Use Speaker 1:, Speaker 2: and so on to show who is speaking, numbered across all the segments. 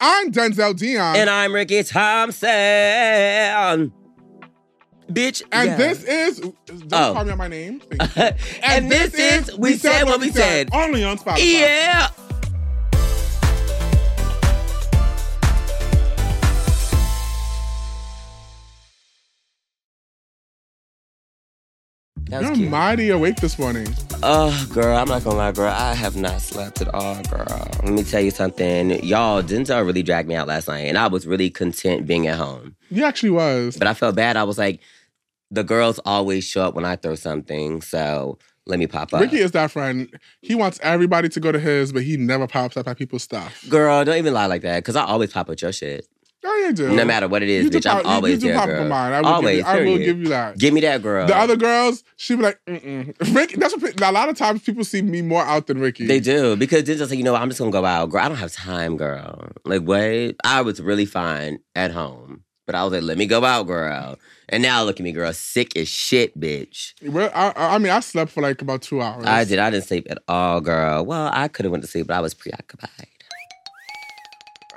Speaker 1: I'm Denzel Dion.
Speaker 2: And I'm Ricky Thompson. Bitch.
Speaker 1: And
Speaker 2: yeah.
Speaker 1: this is don't
Speaker 2: Oh.
Speaker 1: call me out my name. Thank you.
Speaker 2: and, this, is We Said What We Said.
Speaker 1: Only on Spotify.
Speaker 2: Yeah. That was
Speaker 1: You're
Speaker 2: cute.
Speaker 1: mighty awake this morning.
Speaker 2: Oh, girl, I'm not gonna lie, girl. I have not slept at all, girl. Let me tell you something. Y'all, Denzel really dragged me out last night, and I was really content being at home.
Speaker 1: You actually was.
Speaker 2: But I felt bad. I was like, the girls always show up when I throw something, so let me pop up.
Speaker 1: Ricky is that friend. He wants everybody to go to his, but he never pops up at people's stuff.
Speaker 2: Girl, don't even lie like that, because I always pop at your shit.
Speaker 1: Oh, you do.
Speaker 2: No matter what it is,
Speaker 1: you do
Speaker 2: bitch, I'm
Speaker 1: pop- you-
Speaker 2: always
Speaker 1: you do
Speaker 2: there,
Speaker 1: pop
Speaker 2: girl.
Speaker 1: up on mine. I will
Speaker 2: always,
Speaker 1: give you, I will
Speaker 2: period.
Speaker 1: give you that.
Speaker 2: Give me that, girl.
Speaker 1: The other girls, she be like, mm-mm. Ricky, that's what, pe- a lot of times people see me more out than Ricky.
Speaker 2: They do because then just like you know, what, I'm just gonna go out, girl. I don't have time, girl. Like what? I was really fine at home, but I was like, let me go out, girl. And now look at me, girl, sick as shit, bitch.
Speaker 1: Well, I, I I mean, I slept for like about two hours.
Speaker 2: I did. I didn't sleep at all, girl. Well, I could have went to sleep, but I was preoccupied.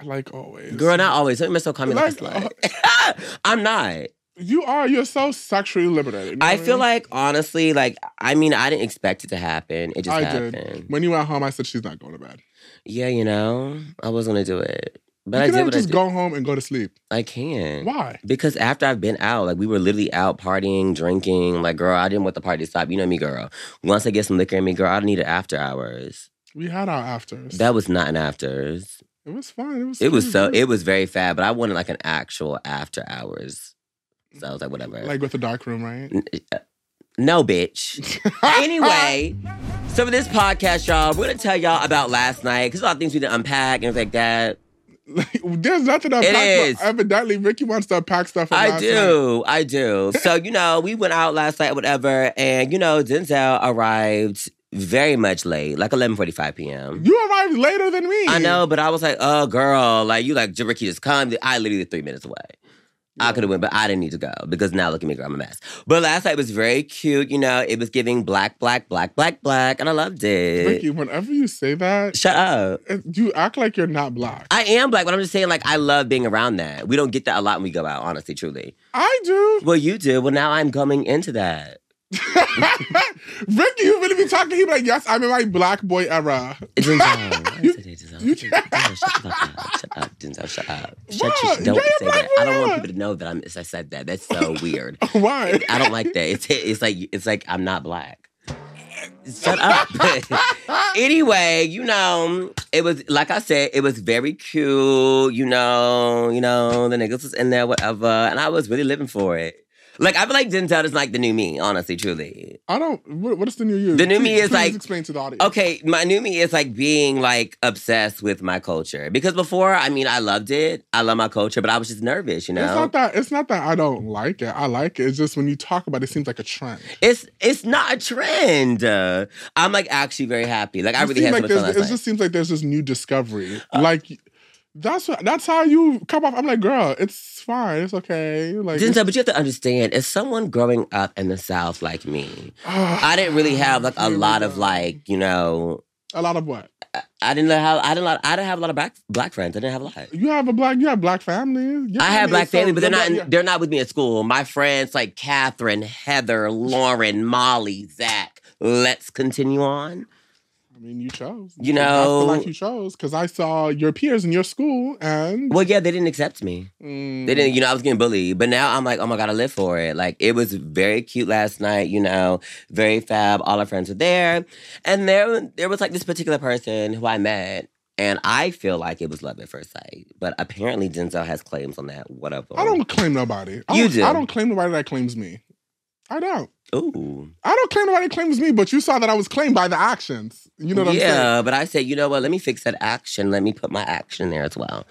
Speaker 1: Like always.
Speaker 2: Girl, not always. Don't mess up coming like,
Speaker 1: Like, uh,
Speaker 2: a slut. I'm not.
Speaker 1: You are. You're so sexually liberated. you know
Speaker 2: I
Speaker 1: what
Speaker 2: feel
Speaker 1: mean?
Speaker 2: like honestly, like I mean, I didn't expect it to happen. It just
Speaker 1: I did.
Speaker 2: happened.
Speaker 1: When you went home, I said she's not going to bed.
Speaker 2: Yeah, you know, I was gonna do it, Mm. but I
Speaker 1: you could
Speaker 2: did
Speaker 1: have
Speaker 2: what I
Speaker 1: just
Speaker 2: did.
Speaker 1: go home and go to sleep.
Speaker 2: I can.
Speaker 1: Why?
Speaker 2: Because after I've been out, like we were literally out partying, drinking. Like, girl, I didn't want the party to stop. You know me, girl. Once I get some liquor in me, girl, I need an after hours.
Speaker 1: We had our afters.
Speaker 2: That was not an afters.
Speaker 1: it was fun. It was.
Speaker 2: It was so
Speaker 1: good.
Speaker 2: it was very fab, but I wanted like an actual after hours. So I was like, whatever.
Speaker 1: like with the dark room, right?
Speaker 2: no, bitch. Mm. anyway, so for this podcast, y'all, we're gonna tell y'all about last night because a lot of things we didn't unpack and things like that.
Speaker 1: Like, there's nothing unpacked.
Speaker 2: It
Speaker 1: but
Speaker 2: is.
Speaker 1: Evidently, Ricky wants to unpack stuff. from
Speaker 2: I
Speaker 1: last night.
Speaker 2: do, I do. So you know, we went out last night, whatever, and you know, Denzel arrived very much late, like eleven forty-five p.m.
Speaker 1: You arrived later than me.
Speaker 2: I know, but I was like, oh girl, like you like Ricky just come. I literally three minutes away. I could have went, but I didn't need to go because now look at me, girl, I'm a mess. But last night was very cute, you know. It was giving black, black, black, black, black, and I loved it.
Speaker 1: Ricky. Whenever you say that,
Speaker 2: Shut up.
Speaker 1: it- you act like you're not black.
Speaker 2: I am black, but I'm just saying, like, I love being around that. We don't get that a lot when we go out, honestly, truly.
Speaker 1: I do.
Speaker 2: Well, you do. Well, now I'm coming into that.
Speaker 1: Ricky, you really be talking to him like, yes, I'm in my black boy era.
Speaker 2: Denzel, I
Speaker 1: You-
Speaker 2: said it, Denzel.
Speaker 1: you-
Speaker 2: Denzel, shut the fuck up. Shut up, Denzel, shut up. Shut
Speaker 1: Why?
Speaker 2: you, don't
Speaker 1: You're a
Speaker 2: say
Speaker 1: black
Speaker 2: that. I don't want
Speaker 1: woman.
Speaker 2: people to know that I'm, I said that. That's so weird.
Speaker 1: Why?
Speaker 2: I don't like that. It's, it's like it's like I'm not black. Shut up. anyway, you know, it was like I said, it was very cute. You know, you know, the niggas was in there, whatever, and I was really living for it. Like I feel like Denzel is like the new me, honestly, truly.
Speaker 1: I don't. What, what is the new you?
Speaker 2: The new me
Speaker 1: Please-
Speaker 2: is
Speaker 1: please
Speaker 2: like-
Speaker 1: explain to the audience.
Speaker 2: Okay, my new me is like being like obsessed with my culture because before, I mean, I loved it. I love my culture, but I was just nervous, you know.
Speaker 1: It's not that. It's not that I don't like it. I like it. It's just when you talk about it, it seems like a trend.
Speaker 2: It's it's not a trend. Uh, I'm like actually very happy. Like I
Speaker 1: It
Speaker 2: really
Speaker 1: seems
Speaker 2: had so
Speaker 1: like
Speaker 2: much fun
Speaker 1: there's-
Speaker 2: last
Speaker 1: It
Speaker 2: night.
Speaker 1: just seems like there's this new discovery.
Speaker 2: Uh.
Speaker 1: like that's what, that's how you come off. I'm like, girl, it's fine. It's okay. Like
Speaker 2: Denzel, but you have to understand, as someone growing up in the South like me,
Speaker 1: ah,
Speaker 2: I didn't really have like a
Speaker 1: Here we
Speaker 2: lot of
Speaker 1: go.
Speaker 2: like you know,
Speaker 1: a lot of what
Speaker 2: I didn't have I didn't I didn't have a lot of black black friends. I didn't have a lot.
Speaker 1: you have a black. You have black families. Your
Speaker 2: I have black
Speaker 1: is so-
Speaker 2: family, but they're
Speaker 1: your
Speaker 2: not
Speaker 1: black-
Speaker 2: they're not with me at school. My friends like Catherine, Heather, Lauren, Molly, Zach. Let's continue on.
Speaker 1: I mean, you chose.
Speaker 2: You
Speaker 1: that's the
Speaker 2: know-
Speaker 1: life you chose because I saw your peers in your school and
Speaker 2: Well, yeah, they didn't accept me.
Speaker 1: Mm,
Speaker 2: They didn't, you know, I was getting bullied, but now I'm like, oh my god, I live for it. Like it was very cute last night, you know, very fab. All our friends were there, and there, there was like this particular person who I met, and I feel like it was love at first sight. But apparently, Denzel has claims on that. Whatever.
Speaker 1: I don't claim nobody. I
Speaker 2: You
Speaker 1: don't,
Speaker 2: do.
Speaker 1: I don't claim nobody that claims me. I don't.
Speaker 2: Ooh.
Speaker 1: I don't claim nobody claims me, but you saw that I was claimed by the actions. You know what I'm saying?
Speaker 2: yeah, but I said, you know what? Let me fix that action. Let me put my action there as well.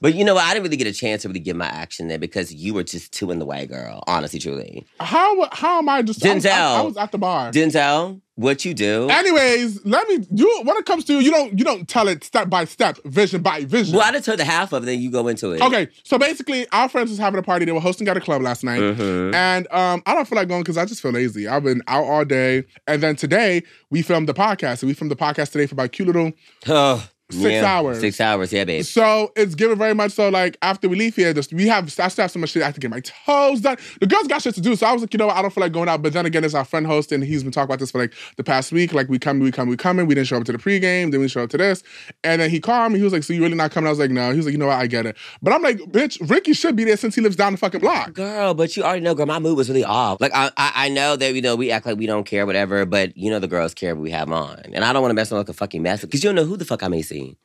Speaker 2: But you know what? I didn't really get a chance to really give my action there because you were just too in the way, girl. Honestly, truly,
Speaker 1: How how am I just I was- I- I,
Speaker 2: Denzel.
Speaker 1: was at the bar.
Speaker 2: Denzel, what you do?
Speaker 1: Anyways, let me you when it comes to you, you don't you don't tell it step by step, vision by vision.
Speaker 2: Well, I just heard the half of it, then you go into it.
Speaker 1: okay, so basically our friends was having a party. They were hosting at a club last night.
Speaker 2: Mhm.
Speaker 1: And um, I don't feel like going because I just feel lazy. I've been out all day. And then today we filmed the podcast. And we filmed the podcast today for about cute little
Speaker 2: Oh,
Speaker 1: Six
Speaker 2: Yeah,
Speaker 1: hours.
Speaker 2: Six hours, yeah, babe.
Speaker 1: So it's given very much so like after we leave here, just we have I still have so much shit. I have to get my toes done. The girls got shit to do, so I was like, you know what, I don't feel like going out. But then again, it's our friend host, and he's been talking about this for like the past week. Like we come, we come, we coming. We didn't show up to the pregame, then we didn't show up to this, and then he called me. He was like, so you really not coming? I was like, no. He was like, you know what, I get it. But I'm like, bitch, Ricky should be there since he lives down the fucking block.
Speaker 2: Girl, but you already know, girl, my mood was really off. Like, I, I, I know that, you know, we act like we don't care, whatever, but you know the girls care what we have on. And I don't want to mess up like a fucking mess because you don't know who the fuck I may see.
Speaker 1: You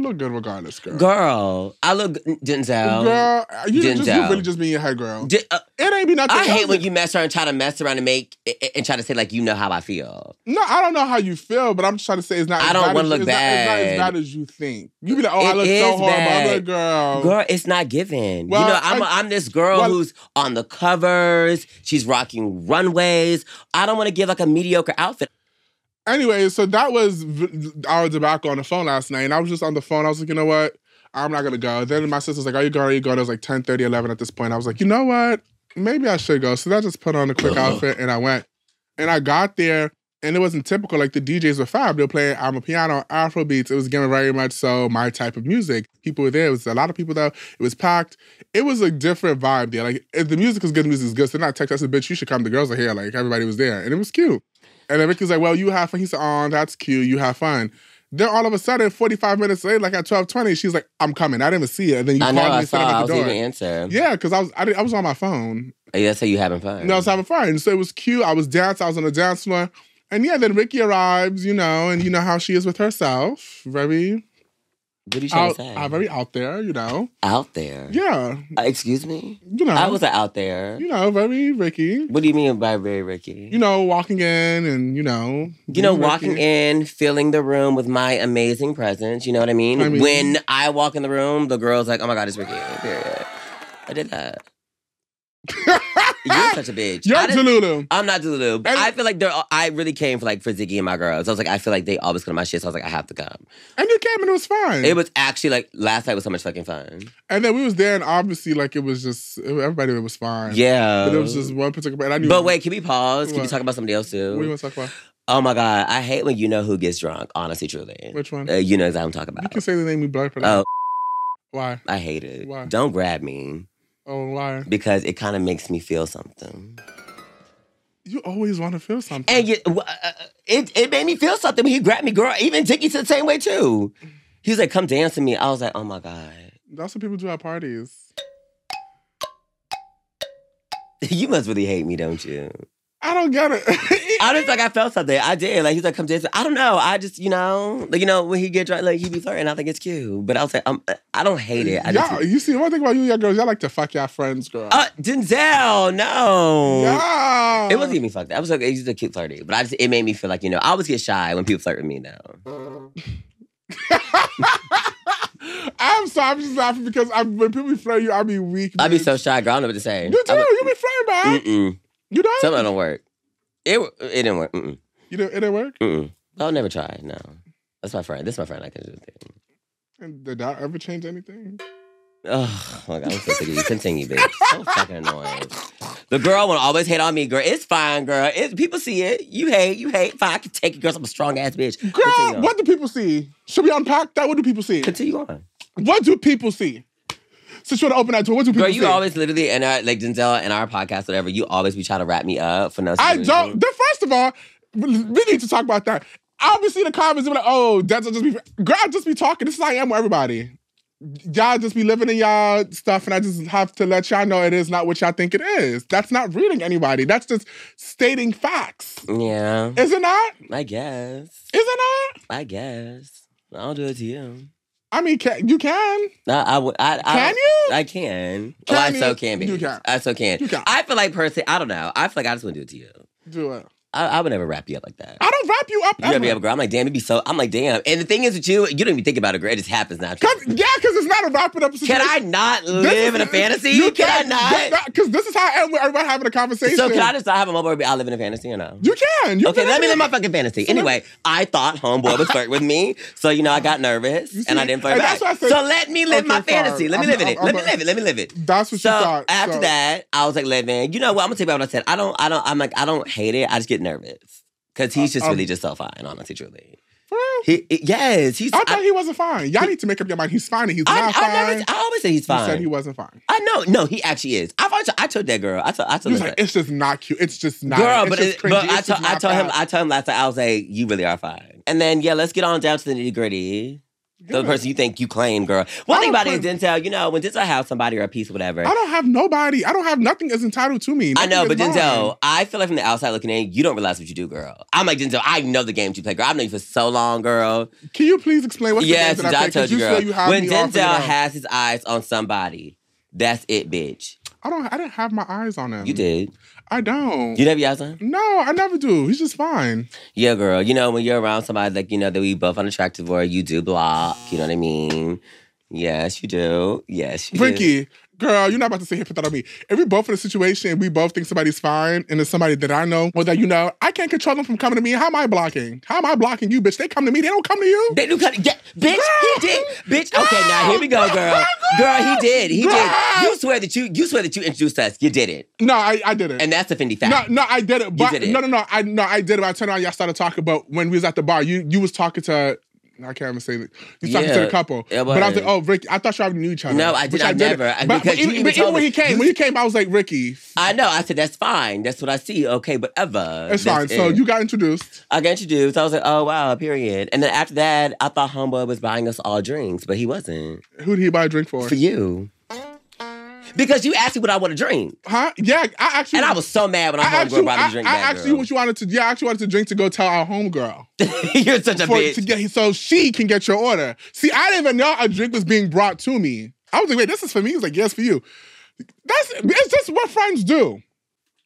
Speaker 1: look good regardless, girl. Girl,
Speaker 2: Girl, I look, Denzel.
Speaker 1: you, just, you
Speaker 2: Denzel.
Speaker 1: really just being your head girl.
Speaker 2: Di- uh,
Speaker 1: It ain't be nothing.
Speaker 2: I hate
Speaker 1: else.
Speaker 2: when you mess around and try to mess around and make a- a- and try to say like you know how I feel.
Speaker 1: No, I don't know how you feel, but I'm just trying to say it's not.
Speaker 2: I
Speaker 1: as
Speaker 2: don't
Speaker 1: bad
Speaker 2: wanna
Speaker 1: as-
Speaker 2: look
Speaker 1: it's not- it's not
Speaker 2: bad.
Speaker 1: as bad as you think. You be like, oh, I
Speaker 2: It
Speaker 1: look
Speaker 2: is
Speaker 1: so horrible.
Speaker 2: bad.
Speaker 1: I'm like, girl.
Speaker 2: Girl, it's not given.
Speaker 1: Oh. Well,
Speaker 2: you know, I'm, I, am
Speaker 1: I-
Speaker 2: i I'm this girl
Speaker 1: well-
Speaker 2: who's on the covers. She's rocking runways. I don't want to give like a mediocre outfit.
Speaker 1: Anyway, so that was v- our debacle on the phone last night, and I was just on the phone. I was like, you know what? I'm not gonna go. Then my sister's like, are you going? Are you going? It was like 10, 30, 11 at this point. I was like, you know what? Maybe I should go. So I just put on a quick
Speaker 2: Uh-huh.
Speaker 1: outfit and I went. And I got there, and it wasn't typical. Like the DJs were fab. They were playing I'm a piano, Afro beats. It was given very much so my type of music. People were there. It was a lot of people though. It was packed. It was a different vibe there. Like if the music is good, the music is good. So then I text us, bitch, you should come. The girls are here. Like everybody was there. And it was cute. And then Ricky's like, well, you have fun. He said, oh, that's cute. You have fun. Then all of a sudden, 45 minutes later, like at 1220, she's like, I'm coming. I didn't even see it. And then you
Speaker 2: I
Speaker 1: called
Speaker 2: know
Speaker 1: me
Speaker 2: I
Speaker 1: and said
Speaker 2: saw.
Speaker 1: I'm
Speaker 2: I
Speaker 1: at
Speaker 2: was
Speaker 1: the
Speaker 2: even
Speaker 1: door.
Speaker 2: answer.
Speaker 1: Yeah, because I was I, didn't- I was on my phone.
Speaker 2: Yeah, that's how you having fun.
Speaker 1: And I was having fun. So it was cute. I was dancing. I was on the dance floor. And yeah, then Ricky arrives, you know, and you know how she is with herself. Very
Speaker 2: what are you trying
Speaker 1: out,
Speaker 2: to say?
Speaker 1: uh, very out there, you know.
Speaker 2: out there.
Speaker 1: Yeah,
Speaker 2: Uh, excuse me.
Speaker 1: you know.
Speaker 2: I was a out there.
Speaker 1: Uh-huh. you know, very Ricky.
Speaker 2: What do you mean by very Ricky?
Speaker 1: You know, walking in and you know,
Speaker 2: You know, walking in, filling the room with my amazing presence. You know what I mean?
Speaker 1: I mean-
Speaker 2: when I walk in the room, the girl's like, "Oh my god, it's Ricky." Period. I did that. You're such a
Speaker 1: Ah!
Speaker 2: bitch.
Speaker 1: You're
Speaker 2: I didn't-
Speaker 1: Jalulu.
Speaker 2: I'm not Delulu, but
Speaker 1: And-
Speaker 2: I feel like they're. all- I really came for like for Ziggy and my girls. I was like, I feel like they always come to my shit. So I was like, I have to come.
Speaker 1: And you came and it was fun.
Speaker 2: It was actually like last night was so much fucking fun.
Speaker 1: and then we was there and obviously like it was just everybody was fine.
Speaker 2: Yeah.
Speaker 1: But there was just one particular and I knew
Speaker 2: But wait, can we pause? Can we
Speaker 1: What?
Speaker 2: talk about somebody else
Speaker 1: what
Speaker 2: too?
Speaker 1: do you want to talk about?
Speaker 2: oh my god, I hate when you know who gets drunk. Honestly, truly,
Speaker 1: Which one?
Speaker 2: uh, you know exactly what I'm talking
Speaker 1: you
Speaker 2: about.
Speaker 1: can say the name we blurred for that.
Speaker 2: Oh,
Speaker 1: Why?
Speaker 2: I hate it.
Speaker 1: Why?
Speaker 2: Don't grab me.
Speaker 1: Oh why?
Speaker 2: because it kind of makes me feel something.
Speaker 1: You always want to feel something.
Speaker 2: And you, uh, uh, it it made me feel something when he grabbed me, girl. Even Dickie the same way too. He was like, "Come dance to me." I was like, "Oh my god,
Speaker 1: That's what people do at parties.
Speaker 2: you must really hate me, don't you?"
Speaker 1: I don't get it.
Speaker 2: I just like I felt something. I did. Like he's like, "Come dance." to me." I don't know. I just you know, like you know, when he get drunk, like he be flirting. I think it's cute, but I was like, I'm, I don't hate it. I
Speaker 1: y'all,
Speaker 2: just,
Speaker 1: you see, one thing about you, y'all girls, y'all like to fuck y'all friends, girl.
Speaker 2: uh, Denzel, no.
Speaker 1: yeah.
Speaker 2: It wasn't even fucked. up. I was like, it was just a cute flirty, but I just it made me feel like you know I always get shy when people flirt with me now.
Speaker 1: I'm sorry, I'm just laughing because I, when people flirt you, I be weak.
Speaker 2: I'd be
Speaker 1: bitch.
Speaker 2: so shy, girl. I don't know what to say.
Speaker 1: You do.
Speaker 2: I Mm, would-
Speaker 1: You be flirting back.
Speaker 2: Mm-mm.
Speaker 1: You don't.
Speaker 2: Something don't work. It it didn't work. Mm-mm,
Speaker 1: you don't. It didn't work.
Speaker 2: mm-mm. I'll never try. No, that's my friend. This is my friend. I can do the thing.
Speaker 1: And did that ever change anything?
Speaker 2: Oh my god, I'm so sick of you. Continue, bitch. So fucking annoying. The girl will always hate on me, girl. It's fine, girl. It's people see it. You hate, you hate. Fine, I can take it, girl. I'm a strong ass bitch.
Speaker 1: Girl,
Speaker 2: Continue on.
Speaker 1: what do people see? Should we unpack that? What do people see?
Speaker 2: Continue on,
Speaker 1: What do people see? Since you want to open that door, what do people
Speaker 2: girl. You
Speaker 1: see?
Speaker 2: always literally and our, like Denzel and our podcast, whatever. You always be trying to wrap me up for no.
Speaker 1: I
Speaker 2: stupid
Speaker 1: don't.
Speaker 2: reason.
Speaker 1: The first of all, we need to talk about that. Obviously, the comments are like, "Oh, that's just be girl. I just be talking. This is how I am with everybody. Y'all just be living in y'all stuff, and I just have to let y'all know it is not what y'all think it is. That's not reading anybody. That's just stating facts.
Speaker 2: Yeah,
Speaker 1: Is it not? Is
Speaker 2: I guess.
Speaker 1: it not?
Speaker 2: I guess. I'll do it to you.
Speaker 1: I mean, can, you can.
Speaker 2: No, I would. I, I
Speaker 1: Can
Speaker 2: don't-
Speaker 1: you?
Speaker 2: I can.
Speaker 1: Can
Speaker 2: oh, I
Speaker 1: you?
Speaker 2: so can be.
Speaker 1: You can.
Speaker 2: I so can.
Speaker 1: You can.
Speaker 2: I feel like personally, I don't know. I feel like I just want to do it to you.
Speaker 1: Do it.
Speaker 2: I, I would never wrap you up like that.
Speaker 1: I don't wrap you up.
Speaker 2: You gotta be
Speaker 1: ever.
Speaker 2: up, girl. I'm like, damn, it'd be so. I'm like, damn. And the thing is with you, you don't even think about it, girl. It just happens
Speaker 1: Cause,
Speaker 2: naturally.
Speaker 1: yeah, because it's not a wrapping up situation.
Speaker 2: Can I not live in a fantasy? can I not?
Speaker 1: Because this is how I am with everybody having a conversation.
Speaker 2: So can I just not have a moment where I live in a fantasy or no?
Speaker 1: You can. You
Speaker 2: Okay,
Speaker 1: can
Speaker 2: let me live my fucking fantasy.
Speaker 1: So let me-
Speaker 2: Anyway, I thought homeboy was flirting with me, so you know I got nervous
Speaker 1: You see,
Speaker 2: and I didn't flirt
Speaker 1: and
Speaker 2: back.
Speaker 1: that's why I said-
Speaker 2: so let me live
Speaker 1: Okay,
Speaker 2: my
Speaker 1: fine.
Speaker 2: fantasy. Let me
Speaker 1: I'm-
Speaker 2: live in it.
Speaker 1: I'm-
Speaker 2: Let me
Speaker 1: I'm-
Speaker 2: live it. Let me live it.
Speaker 1: That's what
Speaker 2: so
Speaker 1: you thought.
Speaker 2: after
Speaker 1: so.
Speaker 2: that, I was like, "Living, you know what? I'm gonna tell you about what I said. I don't, I don't, I'm like, I don't hate it. I just get nervous because he's
Speaker 1: Uh,
Speaker 2: just
Speaker 1: um,
Speaker 2: really just so fine, honestly, truly.
Speaker 1: For real.
Speaker 2: He, he- yes, he's.
Speaker 1: I thought he wasn't fine. Y'all need to make up your mind. He's fine and he's
Speaker 2: I,
Speaker 1: not fine.
Speaker 2: I, never, I always say he's
Speaker 1: He said
Speaker 2: fine.
Speaker 1: he wasn't fine.
Speaker 2: I know. No, he actually is. I've always, I told that girl. I told. I
Speaker 1: He
Speaker 2: told
Speaker 1: was
Speaker 2: her
Speaker 1: like,
Speaker 2: that.
Speaker 1: it's just not cute. It's just not.
Speaker 2: Girl,
Speaker 1: it's
Speaker 2: but,
Speaker 1: just
Speaker 2: it, but
Speaker 1: cringy.
Speaker 2: I,
Speaker 1: It's
Speaker 2: told
Speaker 1: just
Speaker 2: I
Speaker 1: not
Speaker 2: told him.
Speaker 1: fine.
Speaker 2: I told him last night. I was like, "You really are fine." And then yeah, let's get on down to the nitty gritty. The
Speaker 1: Yeah.
Speaker 2: person you think you claim, girl. One
Speaker 1: I
Speaker 2: thing
Speaker 1: don't
Speaker 2: about it is Denzel. You know, when Denzel has somebody or a piece, or whatever.
Speaker 1: I don't have nobody. I don't have nothing is entitled to me.
Speaker 2: I
Speaker 1: Nothing
Speaker 2: know,
Speaker 1: is
Speaker 2: but
Speaker 1: mine.
Speaker 2: Denzel, I feel like from the outside looking in, you don't realize what you do, girl. I'm like Denzel. I know the games you play, girl. I've known you for so long, girl.
Speaker 1: Can you please explain what's
Speaker 2: yes,
Speaker 1: the game that I,
Speaker 2: I
Speaker 1: play? 'Cause
Speaker 2: told you, girl.
Speaker 1: say you have
Speaker 2: when
Speaker 1: me off and
Speaker 2: Denzel
Speaker 1: you don't.
Speaker 2: has his eyes on somebody, that's it, bitch.
Speaker 1: I don't. I didn't have my eyes on him.
Speaker 2: You did.
Speaker 1: I don't.
Speaker 2: You never your eyes on?
Speaker 1: no, I never do. He's just fine.
Speaker 2: Yeah, girl. You know, when you're around somebody like, you know, that we both unattractive or you do block, you know what I mean? Yes, you do. Yes, you do.
Speaker 1: Ricky, girl, you're not about to sit here and put that on me. If we're both in a situation and we both think somebody's fine and it's somebody that I know or that you know, I can't control them from coming to me. How am I blocking? How am I blocking you, bitch? They come to me. They don't come to you.
Speaker 2: They do kind of, yeah, bitch, he did. Bitch, okay, now here we go, girl. Girl, he did. He did. You swear that you you swear that you introduced us. You did it.
Speaker 1: No, I, I didn't.
Speaker 2: And that's a Fendi
Speaker 1: No,
Speaker 2: fact.
Speaker 1: no, I did it. But
Speaker 2: did it.
Speaker 1: no, no, no, I no, I did it. But I turned around, y'all started talking. But when we was at the bar, you you was talking to. I can't even say that. You was talking to
Speaker 2: Yeah,
Speaker 1: the couple.
Speaker 2: it
Speaker 1: but I was like,
Speaker 2: was.
Speaker 1: oh, Ricky, I thought y'all knew each other.
Speaker 2: No, I did-
Speaker 1: Which
Speaker 2: I
Speaker 1: didn't.
Speaker 2: never. I-
Speaker 1: But, but
Speaker 2: because you
Speaker 1: even,
Speaker 2: even
Speaker 1: but even
Speaker 2: told
Speaker 1: when
Speaker 2: me-
Speaker 1: he came, when you came, I was like, Ricky,
Speaker 2: I know. I said, that's fine. That's what I see. Okay, whatever.
Speaker 1: it's fine.
Speaker 2: That's
Speaker 1: So
Speaker 2: it.
Speaker 1: you got introduced.
Speaker 2: I got introduced. I was like, oh wow, period. And then after that, I thought Homeboy was buying us all drinks, but he wasn't.
Speaker 1: Who did he buy a drink for?
Speaker 2: For you. Because you asked me what I want to drink.
Speaker 1: Huh? Yeah, I actually.
Speaker 2: And I was so mad when
Speaker 1: I
Speaker 2: I
Speaker 1: asked you.
Speaker 2: homegirl brought me
Speaker 1: I,
Speaker 2: a drink
Speaker 1: I
Speaker 2: back.
Speaker 1: asked you
Speaker 2: girl.
Speaker 1: what you wanted to. Yeah, I actually wanted to drink to go tell our homegirl
Speaker 2: You're such a
Speaker 1: for
Speaker 2: bitch.
Speaker 1: to get so she can get your order. See, I didn't even know a drink was being brought to me. I was like, wait, this is for me. He was like, yes, for you. That's it's just what friends do.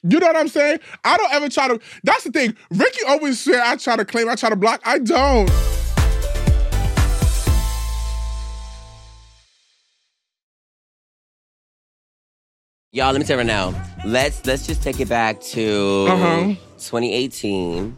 Speaker 1: You know what I'm saying? I don't ever try to. That's the thing. Ricky always said I try to claim, I try to block. I don't.
Speaker 2: Y'all, let me tell you right now. Let's let's just take it back to
Speaker 1: Uh-huh.
Speaker 2: 2018.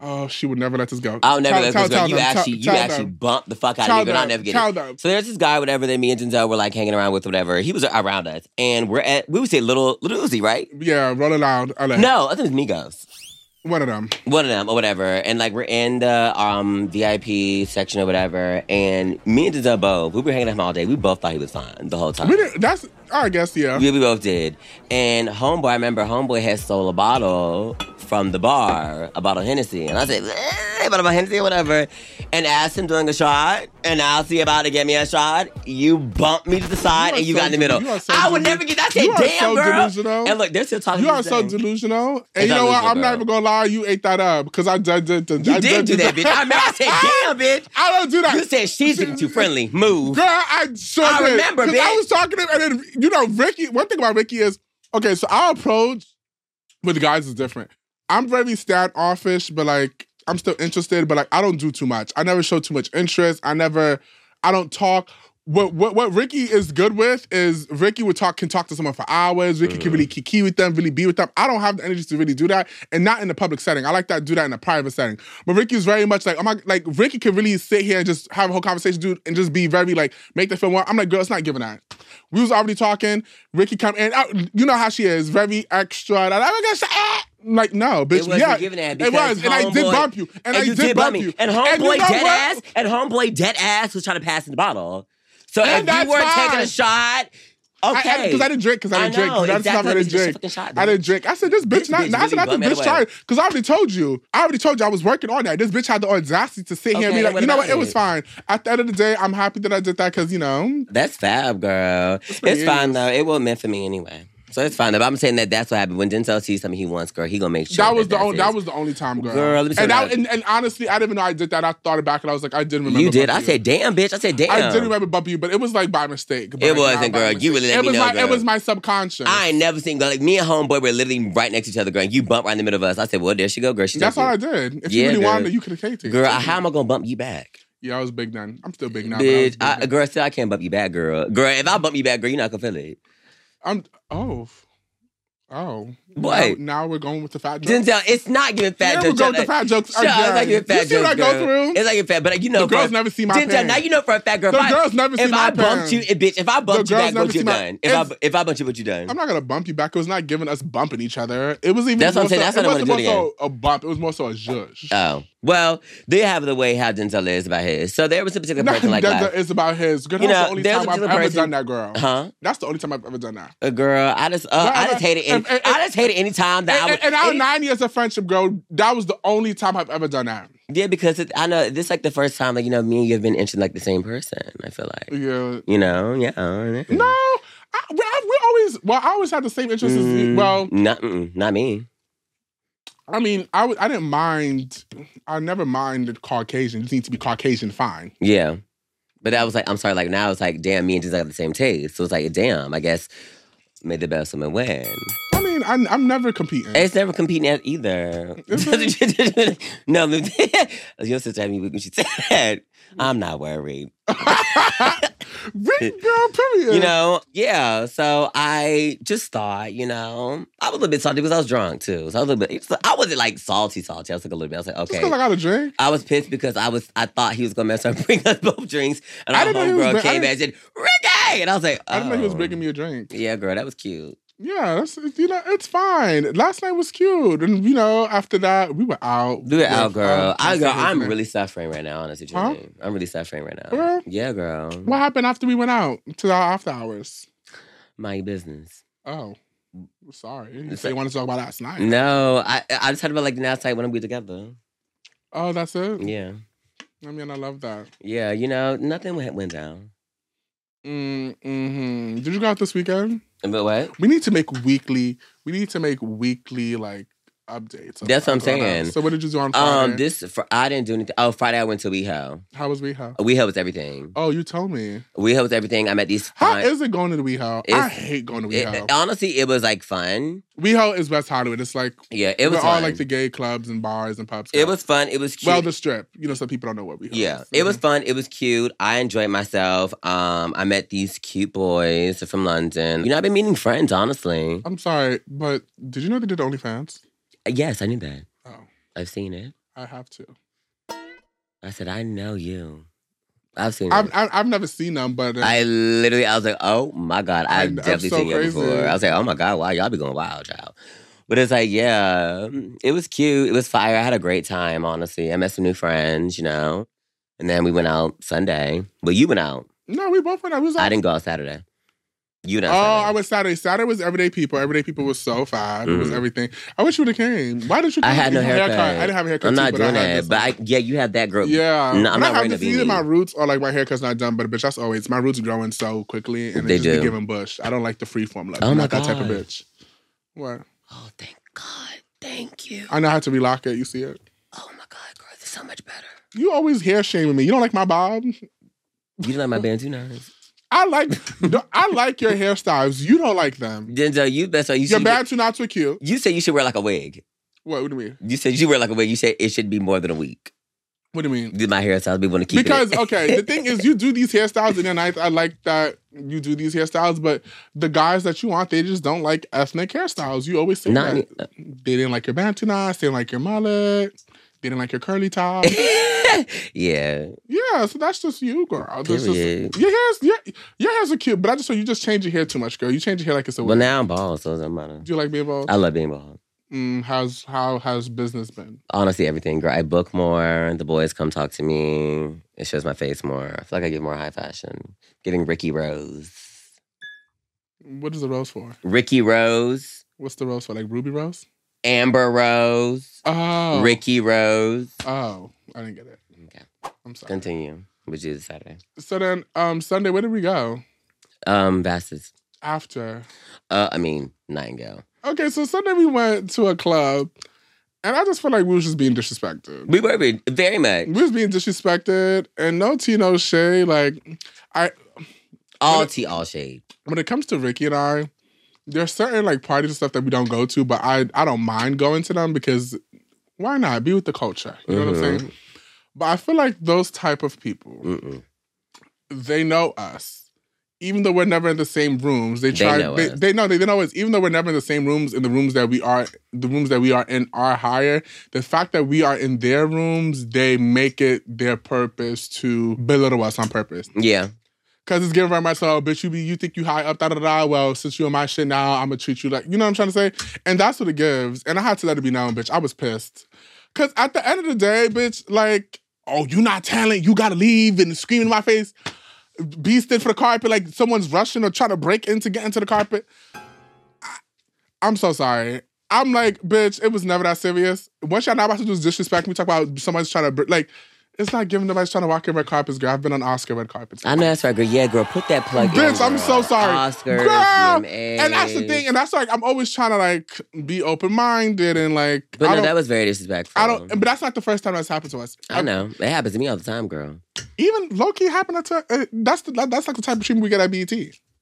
Speaker 1: Oh, she would never let this go.
Speaker 2: I'll never
Speaker 1: Tell-
Speaker 2: let
Speaker 1: tell-
Speaker 2: this go.
Speaker 1: tell
Speaker 2: You
Speaker 1: them, tell-
Speaker 2: actually, you
Speaker 1: tell
Speaker 2: actually
Speaker 1: them.
Speaker 2: bumped the fuck out
Speaker 1: Tell
Speaker 2: of me, and I'll
Speaker 1: them.
Speaker 2: never get
Speaker 1: Tell
Speaker 2: it.
Speaker 1: them.
Speaker 2: So there's this guy, whatever that me and Denzel were like hanging around with, whatever. He was around us, and we're at we would say little little Uzi, right?
Speaker 1: Yeah, roll it loud. LA.
Speaker 2: No, I think it was Migos,
Speaker 1: One of them.
Speaker 2: one of them or whatever. And like we're in the um VIP section or whatever, and me and Denzel both we were hanging out with him all day. We both thought he was fine the whole time.
Speaker 1: We didn't, that's, I guess, yeah.
Speaker 2: Yeah, we both did. And homeboy, I remember homeboy had stole a bottle from the bar, a bottle of Hennessy, and I said, "Eh, "Bottle of Hennessy, or whatever," and asked him doing a shot, and I'll see about to get me a shot. You bumped me to the side,
Speaker 1: You are
Speaker 2: and you
Speaker 1: so
Speaker 2: got in the
Speaker 1: delu-
Speaker 2: middle.
Speaker 1: you are so
Speaker 2: I would
Speaker 1: delu-
Speaker 2: never get. I said,
Speaker 1: you are
Speaker 2: "Damn,
Speaker 1: so
Speaker 2: girl!"
Speaker 1: delusional.
Speaker 2: And look, they're still talking.
Speaker 1: You
Speaker 2: to
Speaker 1: are
Speaker 2: this
Speaker 1: so
Speaker 2: day.
Speaker 1: delusional. And
Speaker 2: It's
Speaker 1: you know what?
Speaker 2: delusional,
Speaker 1: I'm not
Speaker 2: girl.
Speaker 1: even gonna lie, you ate that up because I did, did, did, I
Speaker 2: You did do that, bitch. I remember. I said, "Damn, bitch."
Speaker 1: I don't do that.
Speaker 2: You said she's getting too friendly. Move.
Speaker 1: Girl, I sure
Speaker 2: I
Speaker 1: did.
Speaker 2: remember,
Speaker 1: 'Cause I
Speaker 2: bitch.
Speaker 1: was talking to him, and then you know, Ricky. One thing about Ricky is okay. So our approach with guys is different. I'm very standoffish, but like I'm still interested. But like I don't do too much. I never show too much interest. I never. I don't talk. What what what Ricky is good with is Ricky would talk can talk to someone for hours. Ricky
Speaker 2: Mm-hmm.
Speaker 1: can really kiki with them, really be with them. I don't have the energy to really do that, and not in the public setting. I like that do that in a private setting. But Ricky's very much like, oh my, like Ricky can really sit here and just have a whole conversation, dude, and just be very like make the film. Well, I'm like, girl, it's not giving that. We was already talking. Ricky come in. I, you know how she is, very extra. Like, I'm gonna say, ah. like no, bitch.
Speaker 2: It wasn't
Speaker 1: yeah,
Speaker 2: giving that
Speaker 1: it
Speaker 2: because
Speaker 1: was, and I did
Speaker 2: homeboy-
Speaker 1: bump you, and, I
Speaker 2: you
Speaker 1: did, bump you,
Speaker 2: And
Speaker 1: you
Speaker 2: homeboy
Speaker 1: know
Speaker 2: dead
Speaker 1: what?
Speaker 2: ass, and homeboy dead ass was trying to pass in the bottle. So
Speaker 1: And
Speaker 2: if
Speaker 1: that's
Speaker 2: you weren't
Speaker 1: fine.
Speaker 2: taking a shot, okay.
Speaker 1: Because I, didn't drink. Because I
Speaker 2: I
Speaker 1: didn't drink. 'cause
Speaker 2: know,
Speaker 1: that's
Speaker 2: exactly.
Speaker 1: not
Speaker 2: Let
Speaker 1: I
Speaker 2: me
Speaker 1: didn't
Speaker 2: just
Speaker 1: drink.
Speaker 2: fucking shot,
Speaker 1: I
Speaker 2: bitch.
Speaker 1: didn't drink. I said this bitch
Speaker 2: This
Speaker 1: not.
Speaker 2: bitch
Speaker 1: not- I said
Speaker 2: really
Speaker 1: not the
Speaker 2: bummed
Speaker 1: bitch
Speaker 2: me away.
Speaker 1: tried. Because I already told you. I already told you I was working on that. This bitch had the audacity to sit here and
Speaker 2: Okay,
Speaker 1: be like,
Speaker 2: what
Speaker 1: you know what?
Speaker 2: about
Speaker 1: It was
Speaker 2: it?
Speaker 1: fine. At the end of the day, I'm happy that I did that because you know.
Speaker 2: That's fab, girl. It's,
Speaker 1: what it
Speaker 2: fine
Speaker 1: is.
Speaker 2: though. It wasn't meant for me anyway. So it's fine. But I'm saying that that's what happened. When Denzel sees something he wants, girl, he gonna make sure.
Speaker 1: That was the
Speaker 2: that's
Speaker 1: only, that
Speaker 2: his.
Speaker 1: was the only time, girl.
Speaker 2: Girl, let me tell
Speaker 1: and,
Speaker 2: you
Speaker 1: I,
Speaker 2: what.
Speaker 1: and, and honestly, I didn't even know I did that. I thought it back and I was like, I didn't remember.
Speaker 2: You did. I
Speaker 1: bumping
Speaker 2: said, damn, bitch. I said, damn.
Speaker 1: I did remember bumping you, but it was like by mistake. but,
Speaker 2: It
Speaker 1: like,
Speaker 2: wasn't,
Speaker 1: not by
Speaker 2: girl.
Speaker 1: mistake.
Speaker 2: You really let
Speaker 1: it
Speaker 2: me
Speaker 1: was
Speaker 2: know,
Speaker 1: my, It
Speaker 2: girl.
Speaker 1: was my subconscious.
Speaker 2: I ain't never seen girl like me and homeboy were literally right next to each other, girl. And you bumped right in the middle of us. I said, well, there she go, girl. She
Speaker 1: That's
Speaker 2: took
Speaker 1: all I
Speaker 2: it.
Speaker 1: did. If you
Speaker 2: Yeah,
Speaker 1: really wanted
Speaker 2: girl.
Speaker 1: it, you could have taken it.
Speaker 2: Girl, how am I gonna bump you back?
Speaker 1: Yeah, I was big then. I'm still big now. but I was
Speaker 2: Bitch,
Speaker 1: big
Speaker 2: I,
Speaker 1: then.
Speaker 2: girl, still I can't bump you back, girl. Girl, if I bump you back, girl, you're not gonna feel it.
Speaker 1: I'm oh. Oh.
Speaker 2: What?
Speaker 1: Now, now we're going with the fat jokes.
Speaker 2: Denzel, it's not giving fat
Speaker 1: Here we
Speaker 2: jokes.
Speaker 1: go
Speaker 2: y'all.
Speaker 1: with the fat jokes.
Speaker 2: Sure,
Speaker 1: again.
Speaker 2: it's like giving
Speaker 1: you
Speaker 2: fat
Speaker 1: see what I
Speaker 2: jokes,
Speaker 1: go
Speaker 2: girl.
Speaker 1: through?
Speaker 2: It's like a fat, but like, you know,
Speaker 1: The girls
Speaker 2: for-
Speaker 1: never see my
Speaker 2: Denzel,
Speaker 1: pants.
Speaker 2: now you know for a fat girl.
Speaker 1: The
Speaker 2: if I-
Speaker 1: girls never see
Speaker 2: if
Speaker 1: my
Speaker 2: I bumped
Speaker 1: pants.
Speaker 2: you, eh, bitch, if I bumped
Speaker 1: The
Speaker 2: you
Speaker 1: girls
Speaker 2: back,
Speaker 1: never
Speaker 2: what
Speaker 1: see
Speaker 2: you
Speaker 1: my-
Speaker 2: done? If I
Speaker 1: It's-
Speaker 2: if I bumped you, what you done?
Speaker 1: I'm not gonna bump you back. It was not giving us bumping each other. It was even
Speaker 2: That's what I'm
Speaker 1: more
Speaker 2: saying.
Speaker 1: so-
Speaker 2: That's what
Speaker 1: it
Speaker 2: I wanna
Speaker 1: wasn't
Speaker 2: do it
Speaker 1: more so a bump. It was more so a zhuzh.
Speaker 2: Oh, Well, they have the way how Denzel is about his. So there was a particular person like
Speaker 1: that, that
Speaker 2: that.
Speaker 1: is about his. Girl,
Speaker 2: You
Speaker 1: that's
Speaker 2: know,
Speaker 1: the only
Speaker 2: there's
Speaker 1: time
Speaker 2: a
Speaker 1: I've
Speaker 2: particular
Speaker 1: ever
Speaker 2: person- Uh-huh.
Speaker 1: done that, girl.
Speaker 2: Huh?
Speaker 1: That's the only time I've ever done that.
Speaker 2: A girl, I just, uh,
Speaker 1: No,
Speaker 2: I
Speaker 1: I-
Speaker 2: just hated
Speaker 1: and-
Speaker 2: any,
Speaker 1: and-
Speaker 2: I just hated any time that I
Speaker 1: And,
Speaker 2: was.
Speaker 1: and, and our
Speaker 2: any-
Speaker 1: nine years of friendship, girl, that was the only time I've ever done that.
Speaker 2: yeah, because it, I know this like the first time like you know me and you have been interested in, like the same person. I feel like
Speaker 1: Yeah.
Speaker 2: you know, yeah. No,
Speaker 1: No, I, we I- we always well. I always had the same interests as you. Well,
Speaker 2: Mm, not mm, not me.
Speaker 1: I mean, I w- I didn't mind. I never minded Caucasian. You need to be Caucasian, fine.
Speaker 2: Yeah. But that was like, I'm sorry, like now it's like, damn, me and Denzel have the same taste. So it's like, damn, I guess made the best woman win.
Speaker 1: I mean, I, I'm never competing.
Speaker 2: It's never competing at either. no, your sister had me weak when she said that. I'm not worried.
Speaker 1: Really, girl, period.
Speaker 2: eh, You know, yeah. So I just thought, you know, I was a little bit salty because I was drunk too. So I was a little bit, I wasn't like salty, salty. I was like a little bit. I was like,
Speaker 1: just
Speaker 2: okay.
Speaker 1: 'cause I got a drink.
Speaker 2: I was pissed because I was I thought he was gonna mess up and bring us both drinks. And
Speaker 1: I
Speaker 2: our
Speaker 1: didn't know he was
Speaker 2: homegirl
Speaker 1: bring- I
Speaker 2: came back and said, Ricky! And I was like, oh.
Speaker 1: I didn't know he was bringing me a drink.
Speaker 2: Yeah, girl, that was cute.
Speaker 1: Yeah, that's you know, it's fine. Last night was cute, and you know, after that, we were out.
Speaker 2: Do it out,
Speaker 1: with,
Speaker 2: girl.
Speaker 1: um,
Speaker 2: I girl, I'm
Speaker 1: Caucasian.
Speaker 2: really suffering right now, honestly,
Speaker 1: Huh?
Speaker 2: Julie. I'm really suffering right now.
Speaker 1: Girl?
Speaker 2: Yeah, girl.
Speaker 1: What happened after we went out to our after hours?
Speaker 2: My business.
Speaker 1: Oh, sorry. You
Speaker 2: It's
Speaker 1: say you
Speaker 2: like-
Speaker 1: want to talk about last night?
Speaker 2: Mm. No, I I just had about like the outside when we together.
Speaker 1: Oh, that's it.
Speaker 2: Yeah.
Speaker 1: I mean, I love that.
Speaker 2: Yeah, you know, nothing went, went down.
Speaker 1: Mm, hmm Did you go out this weekend?
Speaker 2: But what?
Speaker 1: We need to make weekly. We need to make weekly like updates. of
Speaker 2: That's what I'm
Speaker 1: what's going on.
Speaker 2: saying.
Speaker 1: So what did you do on Friday?
Speaker 2: Um, this fr- I didn't do anything. Oh, Friday I went to WeHo.
Speaker 1: How was WeHo?
Speaker 2: WeHo was everything.
Speaker 1: Oh, you told me.
Speaker 2: WeHo was everything. I'm at these.
Speaker 1: How
Speaker 2: fine-
Speaker 1: is it going to the WeHo? I
Speaker 2: It's-
Speaker 1: hate going to
Speaker 2: It-
Speaker 1: WeHo.
Speaker 2: it- uh honestly, it was like fun.
Speaker 1: WeHo is West Hollywood. It's like
Speaker 2: Yeah, it was
Speaker 1: we're all
Speaker 2: fun.
Speaker 1: like the gay clubs and bars and pubs.
Speaker 2: it was fun. It was cute.
Speaker 1: well the Mm-hmm. strip. You know, some people don't know what WeHo.
Speaker 2: yeah,
Speaker 1: is.
Speaker 2: it was fun. It was cute. I enjoyed myself. Um, I met these cute boys from London. You know, I've been meeting friends. Honestly,
Speaker 1: I'm sorry, but did you know they did OnlyFans?
Speaker 2: yes, I knew that.
Speaker 1: Oh,
Speaker 2: I've seen it.
Speaker 1: I have to.
Speaker 2: I said, I know you. I've seen
Speaker 1: I've,
Speaker 2: it.
Speaker 1: I've I've never seen them, but uh,
Speaker 2: I literally, I was like, oh my god,
Speaker 1: I-
Speaker 2: I've
Speaker 1: I'm
Speaker 2: definitely
Speaker 1: so
Speaker 2: seen it
Speaker 1: crazy.
Speaker 2: before. I was like, oh my god, wow, y'all be going wild, child. But it's like, yeah, mm, it was cute. It was fire. I had a great time, honestly. I met some new friends, you know. And then we went out Sunday. Well, you went out.
Speaker 1: no, we both went. out. We was out
Speaker 2: I didn't go out Saturday. You
Speaker 1: Oh,
Speaker 2: know.
Speaker 1: I went Saturday. Saturday was everyday people. Everyday people was so fine. It was
Speaker 2: Mhm.
Speaker 1: everything. I wish you would have came. Why didn't you? Come?
Speaker 2: I had no
Speaker 1: You had a
Speaker 2: haircut.
Speaker 1: I didn't have a haircut.
Speaker 2: I'm
Speaker 1: too,
Speaker 2: not
Speaker 1: but
Speaker 2: doing
Speaker 1: I had
Speaker 2: that.
Speaker 1: this
Speaker 2: But
Speaker 1: one.
Speaker 2: I, yeah, you had that group.
Speaker 1: yeah,
Speaker 2: No, I'm
Speaker 1: When
Speaker 2: not
Speaker 1: I have
Speaker 2: wearing
Speaker 1: this
Speaker 2: a
Speaker 1: either
Speaker 2: beanie.
Speaker 1: my roots or like my haircut's not done. But bitch, that's always my roots growing so quickly and
Speaker 2: They
Speaker 1: they just be
Speaker 2: do.
Speaker 1: giving bush. I don't like the freeform look.
Speaker 2: Oh
Speaker 1: I'm
Speaker 2: my
Speaker 1: not that type of
Speaker 2: God.
Speaker 1: bitch. What?
Speaker 2: Oh, thank God. Thank you.
Speaker 1: I know how to relock it. You see it.
Speaker 2: Oh my God, girl, this is so much better.
Speaker 1: You always hair shaming me. You don't like my bob.
Speaker 2: You didn't like my bandanas.
Speaker 1: I like. no, I like your hairstyles. You don't like them.
Speaker 2: Denzel, you best you
Speaker 1: Your
Speaker 2: should,
Speaker 1: bad too not too cute.
Speaker 2: you said you should wear like a wig.
Speaker 1: What, what do you mean?
Speaker 2: You said you wear like a wig. You said it should be more than a week.
Speaker 1: What do you mean?
Speaker 2: Did my hairstyles be want to keep it.
Speaker 1: Because okay, the thing is, you do these hairstyles and they're nice. I like that you do these hairstyles, but the guys that you want, they just don't like ethnic hairstyles. You always say
Speaker 2: Not
Speaker 1: that. they didn't like your bantu knots, they didn't like your mullet, they didn't like your curly top.
Speaker 2: yeah.
Speaker 1: yeah, so that's just you, girl. That's just,
Speaker 2: Period.
Speaker 1: your hair's your, your hair's are cute, but I just so you just change your hair too much, girl. You change your hair like it's a
Speaker 2: Well,
Speaker 1: wig.
Speaker 2: now I'm bald, so it doesn't matter.
Speaker 1: Do you like being bald?
Speaker 2: I love being bald.
Speaker 1: Mm, how's how has business been?
Speaker 2: Honestly, everything, girl. I book more. The boys come talk to me. It shows my face more. I feel like I get more high fashion. Getting Ricky Rose.
Speaker 1: What is the rose for?
Speaker 2: Ricky Rose,
Speaker 1: What's the rose for? Like ruby rose?
Speaker 2: Amber Rose,
Speaker 1: Oh,
Speaker 2: Ricky Rose.
Speaker 1: Oh, I didn't get it.
Speaker 2: Okay.
Speaker 1: I'm sorry.
Speaker 2: Continue, which is Saturday.
Speaker 1: So then, um, Sunday, where did we go
Speaker 2: Um, Basses.
Speaker 1: after?
Speaker 2: Uh, I mean, Nightingale.
Speaker 1: Okay, so Sunday we went to a club, and I just feel like we was just being disrespected.
Speaker 2: We were be- very much
Speaker 1: We was being disrespected, and no tea, no shade. Like, I
Speaker 2: all tea, all shade.
Speaker 1: when it comes to Ricky and I, there's certain like parties and stuff that we don't go to, but I I don't mind going to them because why not be with the culture? You know what I'm
Speaker 2: Mhm.
Speaker 1: saying? But I feel like those type of people,
Speaker 2: Mm-mm.
Speaker 1: they know us. Even though we're never in the same rooms, they
Speaker 2: They
Speaker 1: try. They
Speaker 2: know
Speaker 1: they,
Speaker 2: us.
Speaker 1: know they, they know us. Even though we're never in the same rooms, in the rooms that we are, the rooms that we are in are higher. The fact that we are in their rooms, they make it their purpose to belittle us on purpose.
Speaker 2: Yeah.
Speaker 1: Cause it's giving very much so, oh, bitch, you be you think you high up, da da da. Well, since you in my shit now, I'm gonna treat you like you know what I'm trying to say. And that's what it gives. And I had to let it be known, bitch. I was pissed. Cause at the end of the day, bitch, like, oh, you not talent, you gotta leave and screaming in my face. Beasted for the carpet, like someone's rushing or trying to break into get into the carpet. I, am so sorry. I'm like, bitch, it was never that serious. What y'all not about to do is disrespect me, talk about somebody's trying to br- like it's not giving nobody's trying to walk in red carpets, girl. I've been on Oscar red carpets.
Speaker 2: I know that's right, girl. Yeah, girl, put that plug in.
Speaker 1: Bitch, I'm
Speaker 2: girl.
Speaker 1: so sorry.
Speaker 2: Oscars,
Speaker 1: Girl!
Speaker 2: VMAs.
Speaker 1: And that's the thing, and that's like I'm always trying to like be open minded and like
Speaker 2: But
Speaker 1: I
Speaker 2: no,
Speaker 1: don't,
Speaker 2: that was very disrespectful.
Speaker 1: I don't. But that's not the first time that's happened to us.
Speaker 2: I know. It happens to me all the time, girl.
Speaker 1: Even low key happened to. Uh, that's the. that- That's like the type of treatment we get at BET.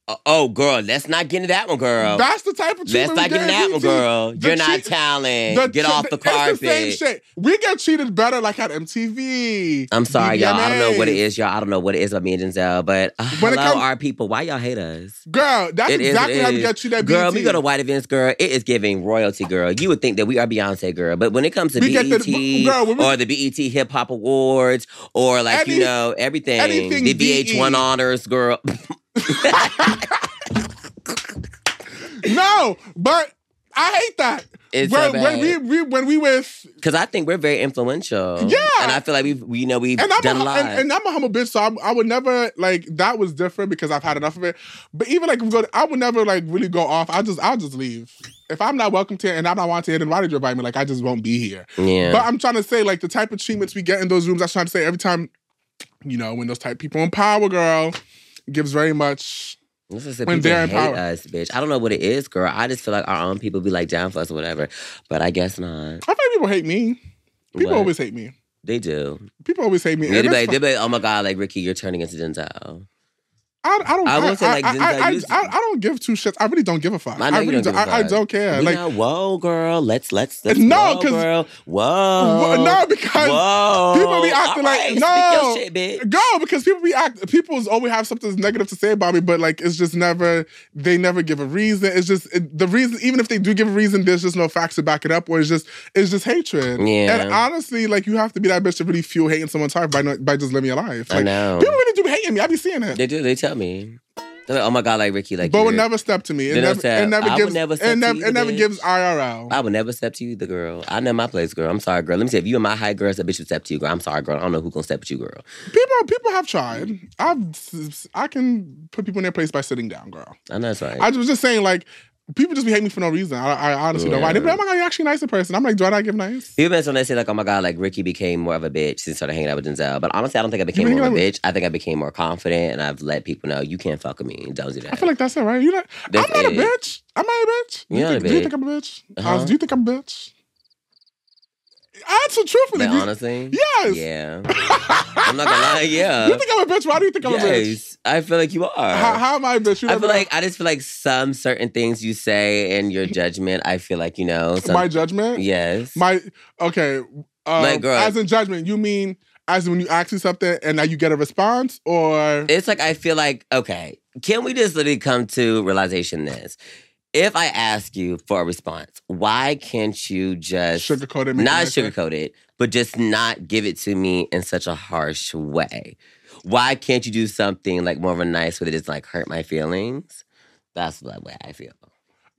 Speaker 2: Oh, oh, girl, let's not get into that one, girl.
Speaker 1: That's the type of
Speaker 2: let's
Speaker 1: treatment
Speaker 2: not
Speaker 1: we
Speaker 2: get
Speaker 1: get
Speaker 2: into that
Speaker 1: at
Speaker 2: one,
Speaker 1: BET.
Speaker 2: girl.
Speaker 1: The
Speaker 2: You're not
Speaker 1: cheat-
Speaker 2: talent.
Speaker 1: the
Speaker 2: get
Speaker 1: che-
Speaker 2: off the carpet.
Speaker 1: It's the same shit. We get treated better like at MTV.
Speaker 2: I'm sorry, y'all. I don't know what it
Speaker 1: BBMAs.
Speaker 2: is, y'all. I don't know what it is about me and Denzel, but uh,
Speaker 1: When it
Speaker 2: hello,
Speaker 1: comes-
Speaker 2: our people. Why y'all hate us?
Speaker 1: Girl, that's
Speaker 2: It is,
Speaker 1: exactly
Speaker 2: it
Speaker 1: how we
Speaker 2: is.
Speaker 1: get treated at E
Speaker 2: Girl,
Speaker 1: BET.
Speaker 2: we go to white events, girl. It is giving royalty, girl. You would think that we are Beyonce, girl, but when it comes to
Speaker 1: We get the-
Speaker 2: BET
Speaker 1: girl, when we-
Speaker 2: or the BET Hip Hop Awards or like you
Speaker 1: Any-
Speaker 2: know everything,
Speaker 1: anything
Speaker 2: the VH1
Speaker 1: BE.
Speaker 2: honors, girl.
Speaker 1: no, but I hate that.
Speaker 2: It's
Speaker 1: when,
Speaker 2: so
Speaker 1: when we,
Speaker 2: bad.
Speaker 1: we when we with
Speaker 2: Because I think we're very influential.
Speaker 1: Yeah.
Speaker 2: and I feel like we've we- you know we've
Speaker 1: and I'm
Speaker 2: done
Speaker 1: a,
Speaker 2: a lot.
Speaker 1: And, and I'm a humble bitch, so I, I would never like that was different because I've had enough of it. But even like we go, I would never like really go off. I just I'll just leave if I'm not welcome to it and I'm not wanted. Then why did you invite me? Like I just won't be here.
Speaker 2: yeah,
Speaker 1: But I'm trying to say like the type of treatments we get in those rooms. I'm trying to say every time, you know, when those type people in power, girl, gives very much.
Speaker 2: This is the
Speaker 1: when
Speaker 2: people
Speaker 1: they're in
Speaker 2: hate
Speaker 1: power.
Speaker 2: us, bitch. I don't know what it is, girl. I just feel like our own people be like down for us or whatever. But I guess not.
Speaker 1: I think people hate me. People
Speaker 2: What?
Speaker 1: always hate me.
Speaker 2: They do.
Speaker 1: People always hate me.
Speaker 2: They
Speaker 1: And
Speaker 2: be
Speaker 1: that's
Speaker 2: like,
Speaker 1: fine.
Speaker 2: they be like, oh my God, like Ricky, you're turning into Denzel.
Speaker 1: I, I don't.
Speaker 2: I
Speaker 1: I, I,
Speaker 2: will say, like,
Speaker 1: I,
Speaker 2: Denzel,
Speaker 1: I,
Speaker 2: you-
Speaker 1: I, I don't give two shits. I really don't give a fuck.
Speaker 2: I know you
Speaker 1: really
Speaker 2: don't give a
Speaker 1: I, I
Speaker 2: fuck.
Speaker 1: don't care.
Speaker 2: you
Speaker 1: like
Speaker 2: know, whoa, girl. Let's let's, let's
Speaker 1: No,
Speaker 2: whoa,
Speaker 1: 'cause-
Speaker 2: girl.
Speaker 1: wha-
Speaker 2: Whoa.
Speaker 1: no, because
Speaker 2: whoa.
Speaker 1: people be acting like, no.
Speaker 2: Speak your shit, bitch.
Speaker 1: Go because people be act. People always have something negative to say about me, but like it's just never. They never give a reason. It's just it, the reason. Even if they do give a reason, there's just no facts to back it up, or it's just it's just hatred.
Speaker 2: Yeah.
Speaker 1: And honestly, like you have to be that bitch to really fuel hate in someone's heart by not, by just living your life.
Speaker 2: I
Speaker 1: Like,
Speaker 2: know.
Speaker 1: People really do be hating me. I be seeing it,
Speaker 2: They do. They tell me. They're like, oh my God, like Ricky, like
Speaker 1: but
Speaker 2: you're-
Speaker 1: would never step to me. It
Speaker 2: They don't
Speaker 1: never.
Speaker 2: step.
Speaker 1: It never
Speaker 2: I would
Speaker 1: gives.
Speaker 2: never step
Speaker 1: it
Speaker 2: to
Speaker 1: never.
Speaker 2: you,
Speaker 1: It never
Speaker 2: bitch.
Speaker 1: gives IRL.
Speaker 2: I would never step to you, the girl. I know my place, girl. I'm sorry, girl. Let me tell you, if you and my high girl, that bitch would step to you, girl. I'm sorry, girl. I don't know who gonna step at you, girl.
Speaker 1: People, people have tried. I've, I can put people in their place by sitting down, girl.
Speaker 2: I know that's right.
Speaker 1: I was just saying, like, people just be hating me for no reason. I, I honestly don't. know Why? They be like, oh my god, you're actually a nicer person. I'm like, do I not give nice?
Speaker 2: People been so they say like, oh my god, like Ricky became more of a bitch since started hanging out with Denzel. But honestly, I don't think I became
Speaker 1: hanging
Speaker 2: more of a
Speaker 1: out
Speaker 2: bitch. I think I became more confident, and I've let people know you can't fuck with me. Don't do that.
Speaker 1: I feel like that's it, right? You know, I'm
Speaker 2: That's
Speaker 1: not a
Speaker 2: it.
Speaker 1: bitch. Am I a bitch? Do
Speaker 2: You're not
Speaker 1: think,
Speaker 2: a
Speaker 1: Do you
Speaker 2: bitch.
Speaker 1: think I'm a bitch?
Speaker 2: Uh-huh.
Speaker 1: Oz, do you think I'm a bitch? Answer truthfully.
Speaker 2: But
Speaker 1: Do you,
Speaker 2: honestly,
Speaker 1: Yes.
Speaker 2: yeah. I'm not gonna lie, yeah.
Speaker 1: you think I'm a bitch? Why do you think I'm a bitch?
Speaker 2: yes, I feel like you are.
Speaker 1: How, how am I a bitch? You
Speaker 2: I
Speaker 1: never
Speaker 2: feel
Speaker 1: know.
Speaker 2: like I just feel like some certain things you say and your judgment. I feel like you know some.
Speaker 1: my judgment.
Speaker 2: yes.
Speaker 1: My okay. Um,
Speaker 2: Like, girl.
Speaker 1: as in judgment, you mean as in when you ask me something and now you get a response, or
Speaker 2: It's like I feel like okay, can we just literally come to realization this? If I ask you for a response, why can't you just
Speaker 1: sugarcoat it? make it
Speaker 2: not
Speaker 1: nicer?
Speaker 2: sugarcoat it, but just not give it to me in such a harsh way? Why can't you do something like more of a nice way that doesn't like hurt my feelings? That's the way I feel.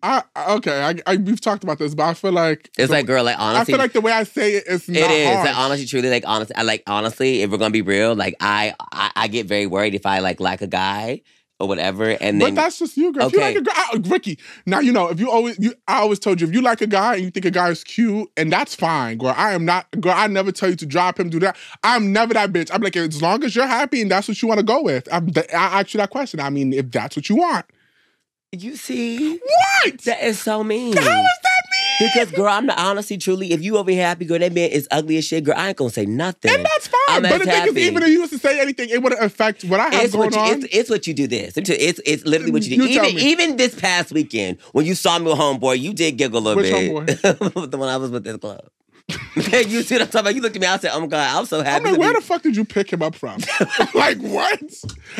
Speaker 1: I I- okay. I, I we've talked about this, but I feel like
Speaker 2: It's
Speaker 1: the-
Speaker 2: like, girl, like
Speaker 1: I
Speaker 2: honestly,
Speaker 1: feel like the way I say it is not
Speaker 2: It is
Speaker 1: harsh.
Speaker 2: like, honestly, truly, like honestly, I like honestly. If we're gonna be real, like I, I, I get very worried if I like like a guy or whatever, and
Speaker 1: but
Speaker 2: then
Speaker 1: that's just you, girl. If you
Speaker 2: Okay.
Speaker 1: like a girl, I- Ricky. Now you know if you always, you, I always told you if you like a guy and you think a guy is cute, and that's fine, girl. I am not, girl. I never tell you to drop him, do that. I'm never that bitch. I'm like as long as you're happy and that's what you want to go with. I'm, th- I asked you that question. I mean, if that's what you want,
Speaker 2: you see,
Speaker 1: what?
Speaker 2: that is so mean.
Speaker 1: How is that mean?
Speaker 2: Because girl, I'm not honestly, truly. If you over here happy, girl, that man is ugly as shit, girl. I ain't gonna say nothing.
Speaker 1: and that's fine.
Speaker 2: I'm
Speaker 1: but the
Speaker 2: as
Speaker 1: thing is,
Speaker 2: happy.
Speaker 1: even if you was to say anything, it wouldn't affect what I have
Speaker 2: It's
Speaker 1: going
Speaker 2: what, you,
Speaker 1: on.
Speaker 2: it's, it's what you do this. Let me tell you, It's, it's literally what you do.
Speaker 1: You tell
Speaker 2: even
Speaker 1: me.
Speaker 2: even this past weekend, when you saw me with homeboy, you did giggle a little
Speaker 1: Which
Speaker 2: bit. the one I was with this club. you see what I'm talking about? You looked at me, I said, oh my God, I'm so
Speaker 1: I'm
Speaker 2: happy.
Speaker 1: like,
Speaker 2: to
Speaker 1: where
Speaker 2: be-
Speaker 1: the fuck did you pick him up from? like, what?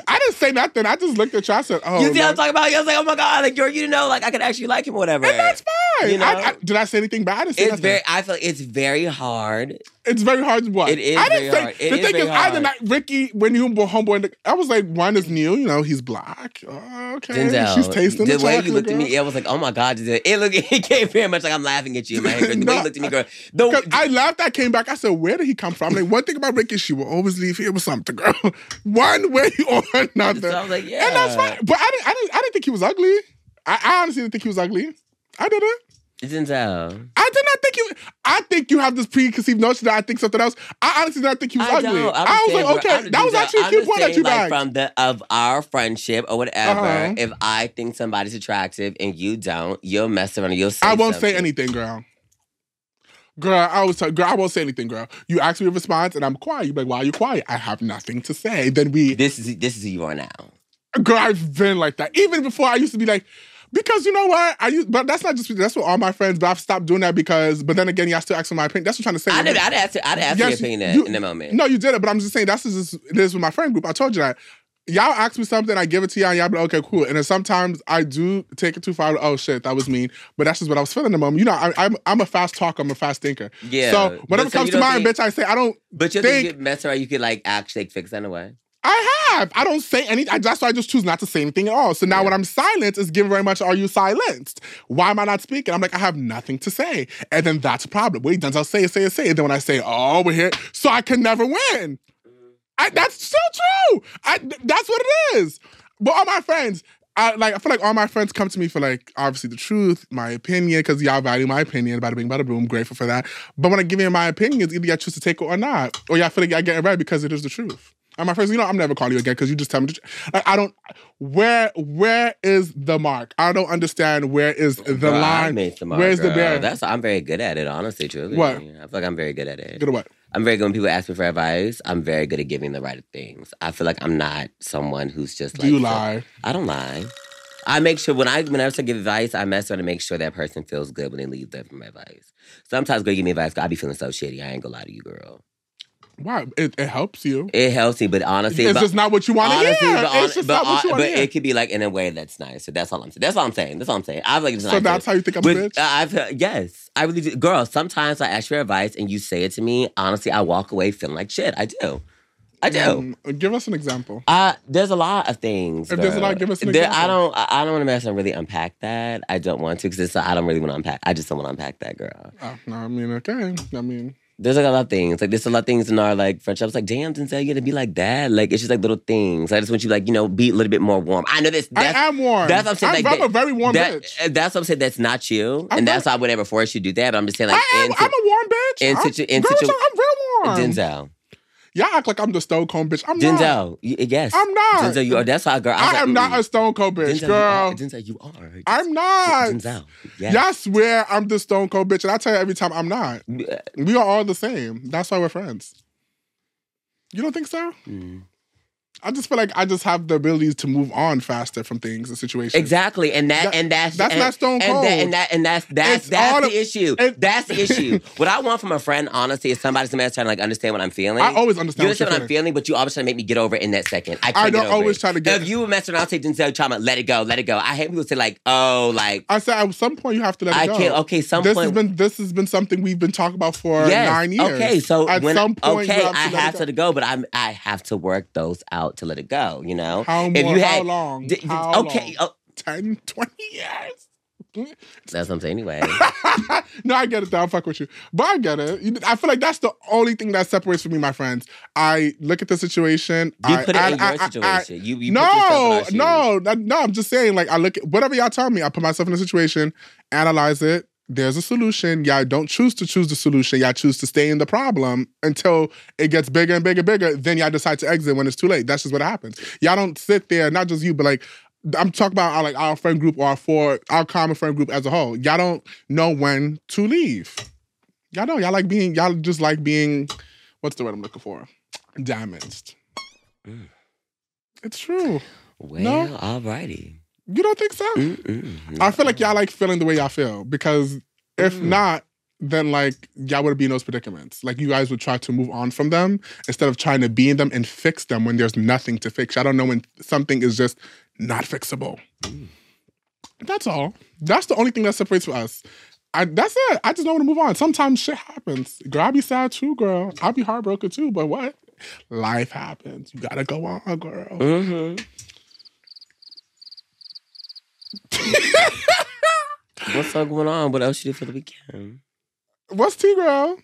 Speaker 1: I didn't say nothing. I just looked at you. I said, oh,
Speaker 2: You see what I'm
Speaker 1: like,
Speaker 2: talking about? I was like, oh my God, like, girl, you didn't know, like, I could actually like him or whatever.
Speaker 1: and that's fine.
Speaker 2: You know?
Speaker 1: I, I, did I say anything bad? I didn't say
Speaker 2: It's
Speaker 1: nothing.
Speaker 2: very. I feel it's very hard.
Speaker 1: it's very hard to watch.
Speaker 2: It is
Speaker 1: I didn't
Speaker 2: very
Speaker 1: say,
Speaker 2: hard.
Speaker 1: The
Speaker 2: It
Speaker 1: thing
Speaker 2: is very
Speaker 1: is, I did
Speaker 2: hard.
Speaker 1: not. Ricky, when you were homeboy, I was like, one is new. You know, he's black. Oh, okay,
Speaker 2: Denzel,
Speaker 1: she's tasting
Speaker 2: the,
Speaker 1: the,
Speaker 2: way
Speaker 1: chocolate.
Speaker 2: you looked at
Speaker 1: girl.
Speaker 2: me, I was like, "Oh my god!" Denzel. It look, it came very much like I'm laughing at you. In my head, girl. the way
Speaker 1: No.
Speaker 2: you looked at me, girl. The,
Speaker 1: Because I laughed, I came back. I said, "Where did he come from?" Like one thing about Ricky, she will always leave here with something, girl. One way or another,
Speaker 2: so I was like, "Yeah."
Speaker 1: and that's fine. But I didn't, I didn't, I didn't think he was ugly. I, I honestly didn't think he was ugly. I didn't.
Speaker 2: Denzel.
Speaker 1: I did not think you. I think you have this preconceived notion that I think something else. I honestly did not think he was
Speaker 2: I
Speaker 1: ugly.
Speaker 2: don't. I'm
Speaker 1: I was like,
Speaker 2: saying, bro,
Speaker 1: okay,
Speaker 2: I'm
Speaker 1: that was
Speaker 2: just-
Speaker 1: actually a
Speaker 2: I'm
Speaker 1: cute
Speaker 2: just
Speaker 1: one that
Speaker 2: saying,
Speaker 1: you
Speaker 2: like,
Speaker 1: bagged.
Speaker 2: From the of our friendship or whatever,
Speaker 1: Uh-huh.
Speaker 2: if I think somebody's attractive and you don't, you'll mess around. and You'll say
Speaker 1: I won't say
Speaker 2: something.
Speaker 1: anything, girl. Girl, I always tell girl, I won't say anything, girl. You ask me a response and I'm quiet. You're like, why are you quiet? I have nothing to say. Then we
Speaker 2: This is this is who you are now.
Speaker 1: girl, I've been like that. Even before I used to be like, because you know what? I used but that's not just that's what all my friends, but I've stopped doing that because but then again, y'all still ask for my opinion. That's what I'm trying to say.
Speaker 2: I did. I'd ask. I'd ask your
Speaker 1: Yes,
Speaker 2: opinion that
Speaker 1: you-
Speaker 2: in a moment.
Speaker 1: No, you did it, but I'm just saying that's just it is with my friend group. I told you that. Y'all ask me something, I give it to y'all, and y'all be like, okay, cool. And then sometimes I do take it too far. Oh shit, that was mean. But that's just what I was feeling in the moment. You know, I, I'm I'm a fast talker, I'm a fast thinker.
Speaker 2: Yeah.
Speaker 1: So whenever
Speaker 2: But
Speaker 1: it
Speaker 2: so
Speaker 1: comes
Speaker 2: you
Speaker 1: to
Speaker 2: don't
Speaker 1: mind,
Speaker 2: think-
Speaker 1: bitch, I say I don't.
Speaker 2: But you think
Speaker 1: think-
Speaker 2: you could mess around? You could like actually fix that away.
Speaker 1: I have. I don't say anything. I, that's why I just choose not to say anything at all. So now
Speaker 2: Yeah.
Speaker 1: when I'm silenced, it's given very much, are you silenced? Why am I not speaking? I'm like, I have nothing to say. And then that's a problem. Wait, then I'll say it, say it, say it. Then when I say, oh, we're here, so I can never win. I, that's so true. I, th- that's what it is. But all my friends, I like. I feel like all my friends come to me for like obviously the truth, my opinion, because y'all value my opinion. Bada bing, bada boom. Grateful for that. But when I give you my opinions, either y'all choose to take it or not, or y'all feel like y'all get it right because it is the truth. And my friends, you know, I'm never calling you again because you just tell me. The tr- like I don't. Where where is the mark? I don't understand. Where is the
Speaker 2: Girl, I
Speaker 1: line?
Speaker 2: made tomorrow,
Speaker 1: Where's the
Speaker 2: girl.
Speaker 1: bear?
Speaker 2: That's I'm very good at it. Honestly, truly.
Speaker 1: What?
Speaker 2: I feel like I'm very good at it.
Speaker 1: Good or what?
Speaker 2: I'm very good when people ask me for advice. I'm very good at giving the right things. I feel like I'm not someone who's just like
Speaker 1: Do you
Speaker 2: so-
Speaker 1: lie?
Speaker 2: I don't lie. I make sure when I whenever I give advice, I mess around to make sure that person feels good when they leave them from my advice. Sometimes girl give me advice, I be feeling so shitty. I ain't gonna lie to you, girl.
Speaker 1: Why? It, it helps you.
Speaker 2: It helps me, but honestly,
Speaker 1: it's
Speaker 2: but-
Speaker 1: just not what you want to hear.
Speaker 2: honestly, but, hon-
Speaker 1: it's just
Speaker 2: but
Speaker 1: not what
Speaker 2: hon-
Speaker 1: you want
Speaker 2: but
Speaker 1: to hear.
Speaker 2: it could be like in a way that's nice. So that's all I'm saying. That's all I'm saying. That's all I'm saying. I like it's
Speaker 1: So
Speaker 2: nice.
Speaker 1: that's how you think I'm a
Speaker 2: With-
Speaker 1: bitch?
Speaker 2: I've heard- yes, I really do. Girl, sometimes I ask for advice and you say it to me. Honestly, I walk away feeling like shit. I do. I do.
Speaker 1: Mm, give us an example.
Speaker 2: Uh, there's a lot of things.
Speaker 1: If there's a
Speaker 2: girl.
Speaker 1: lot, give us an
Speaker 2: There- I
Speaker 1: example.
Speaker 2: don't. I I don't want to mess and really unpack that. I don't want to because I don't really want to unpack. I just don't want to unpack that, girl.
Speaker 1: Oh, no, I mean, okay. I mean,
Speaker 2: There's like a lot of things. Like there's a lot of things in our like friendship. I was like, damn, Denzel, you gotta be like that. Like it's just like little things. I just want you like you know be a little bit more warm. I know this. that's-
Speaker 1: I am warm.
Speaker 2: That's what I'm saying.
Speaker 1: I'm,
Speaker 2: like,
Speaker 1: I'm
Speaker 2: that-
Speaker 1: a very warm
Speaker 2: that-
Speaker 1: bitch.
Speaker 2: uh, That's what I'm saying. That's not you,
Speaker 1: I'm
Speaker 2: and that's
Speaker 1: very-
Speaker 2: why I would never force you to do that. But I'm just saying, like,
Speaker 1: I am.
Speaker 2: in
Speaker 1: I'm a warm bitch.
Speaker 2: in
Speaker 1: I'm,
Speaker 2: situ- in
Speaker 1: girl,
Speaker 2: situ-
Speaker 1: I'm real warm.
Speaker 2: Denzel,
Speaker 1: Y'all act like I'm the stone cold bitch. I'm not.
Speaker 2: Denzel, you, yes,
Speaker 1: I'm not.
Speaker 2: Denzel, you are. That's why, girl. I, was
Speaker 1: I
Speaker 2: like,
Speaker 1: am not
Speaker 2: mm,
Speaker 1: a stone cold bitch,
Speaker 2: Denzel, you
Speaker 1: girl.
Speaker 2: are. Denzel, you are.
Speaker 1: I'm not.
Speaker 2: Denzel, yes.
Speaker 1: Y'all swear I'm the stone cold bitch, and I tell you every time I'm not.
Speaker 2: uh,
Speaker 1: We are all the same. That's why we're friends. You don't think so?
Speaker 2: Mm.
Speaker 1: I just feel like I just have the ability to move on faster from things and situations.
Speaker 2: Exactly, and that,
Speaker 1: That-
Speaker 2: and that's
Speaker 1: that's
Speaker 2: and,
Speaker 1: not Stone
Speaker 2: and that,
Speaker 1: Cold.
Speaker 2: and that and that's
Speaker 1: It's
Speaker 2: that's
Speaker 1: all
Speaker 2: that's
Speaker 1: of-
Speaker 2: the issue.
Speaker 1: it-
Speaker 2: that's the issue. What I want from a friend, honestly, is somebody somebody's trying to like understand what I'm feeling.
Speaker 1: I always
Speaker 2: You
Speaker 1: understand.
Speaker 2: understand what I'm
Speaker 1: you're
Speaker 2: feeling, but you always try to make me get over it in that second. I, can't
Speaker 1: I don't
Speaker 2: get over
Speaker 1: always
Speaker 2: it.
Speaker 1: try to get-
Speaker 2: If you were messing around, I'll say Denzel Chama, let it go, let it go. I hate people say like, oh, like
Speaker 1: I said at some point you have to let it
Speaker 2: I
Speaker 1: go.
Speaker 2: can't. Okay, some
Speaker 1: this
Speaker 2: point.
Speaker 1: has been this has been something we've been talking about for
Speaker 2: yes.
Speaker 1: nine years.
Speaker 2: Okay, so
Speaker 1: at
Speaker 2: when
Speaker 1: some point
Speaker 2: okay,
Speaker 1: you have
Speaker 2: I
Speaker 1: to let it
Speaker 2: have
Speaker 1: go.
Speaker 2: to let it go, but I'm I have to work those out to let it go. You know,
Speaker 1: how
Speaker 2: if
Speaker 1: more,
Speaker 2: you
Speaker 1: how
Speaker 2: had
Speaker 1: long?
Speaker 2: D- d-
Speaker 1: how
Speaker 2: okay,
Speaker 1: long?
Speaker 2: oh,
Speaker 1: 10, 20 years.
Speaker 2: that's what I'm saying anyway.
Speaker 1: no, I get it. Though. I'll fuck with you, but I get it. You- I feel like that's the only thing that separates for me, my friends. I look at the situation.
Speaker 2: You
Speaker 1: I,
Speaker 2: put it
Speaker 1: I,
Speaker 2: in
Speaker 1: I-
Speaker 2: your
Speaker 1: I- I-
Speaker 2: situation. you you put yourself in
Speaker 1: no,
Speaker 2: our shoes.
Speaker 1: no, no, no. I'm just saying, like, I look at whatever y'all tell me, I put myself in a situation, analyze it. There's a solution. Y'all don't choose to choose the solution. Y'all choose to stay in the problem until it gets bigger and bigger and bigger. Then y'all decide to exit when it's too late. That's just what happens. Y'all don't sit there, not just you, but like, I'm talking about our, like our friend group or our four, our common friend group as a whole. Y'all don't know when to leave. Y'all know y'all like being, y'all just like being, what's the word I'm looking for? Damaged.
Speaker 2: Mm.
Speaker 1: It's true.
Speaker 2: Well,
Speaker 1: No.
Speaker 2: alrighty.
Speaker 1: You don't think so?
Speaker 2: Mm-mm.
Speaker 1: I feel like y'all like feeling the way y'all feel because if
Speaker 2: Mm.
Speaker 1: not, then like y'all would be in those predicaments. Like you guys would try to move on from them instead of trying to be in them and fix them when there's nothing to fix. I don't know when something is just not fixable. That's all. That's the only thing that separates for us. I, that's it. I just know when to move on. Sometimes shit happens. Girl, I'll be sad too, girl. I'll be heartbroken too, but what? Life happens. You gotta go on, girl.
Speaker 2: Mm-hmm. What's all going on? What else you did for the weekend?
Speaker 1: What's T girl?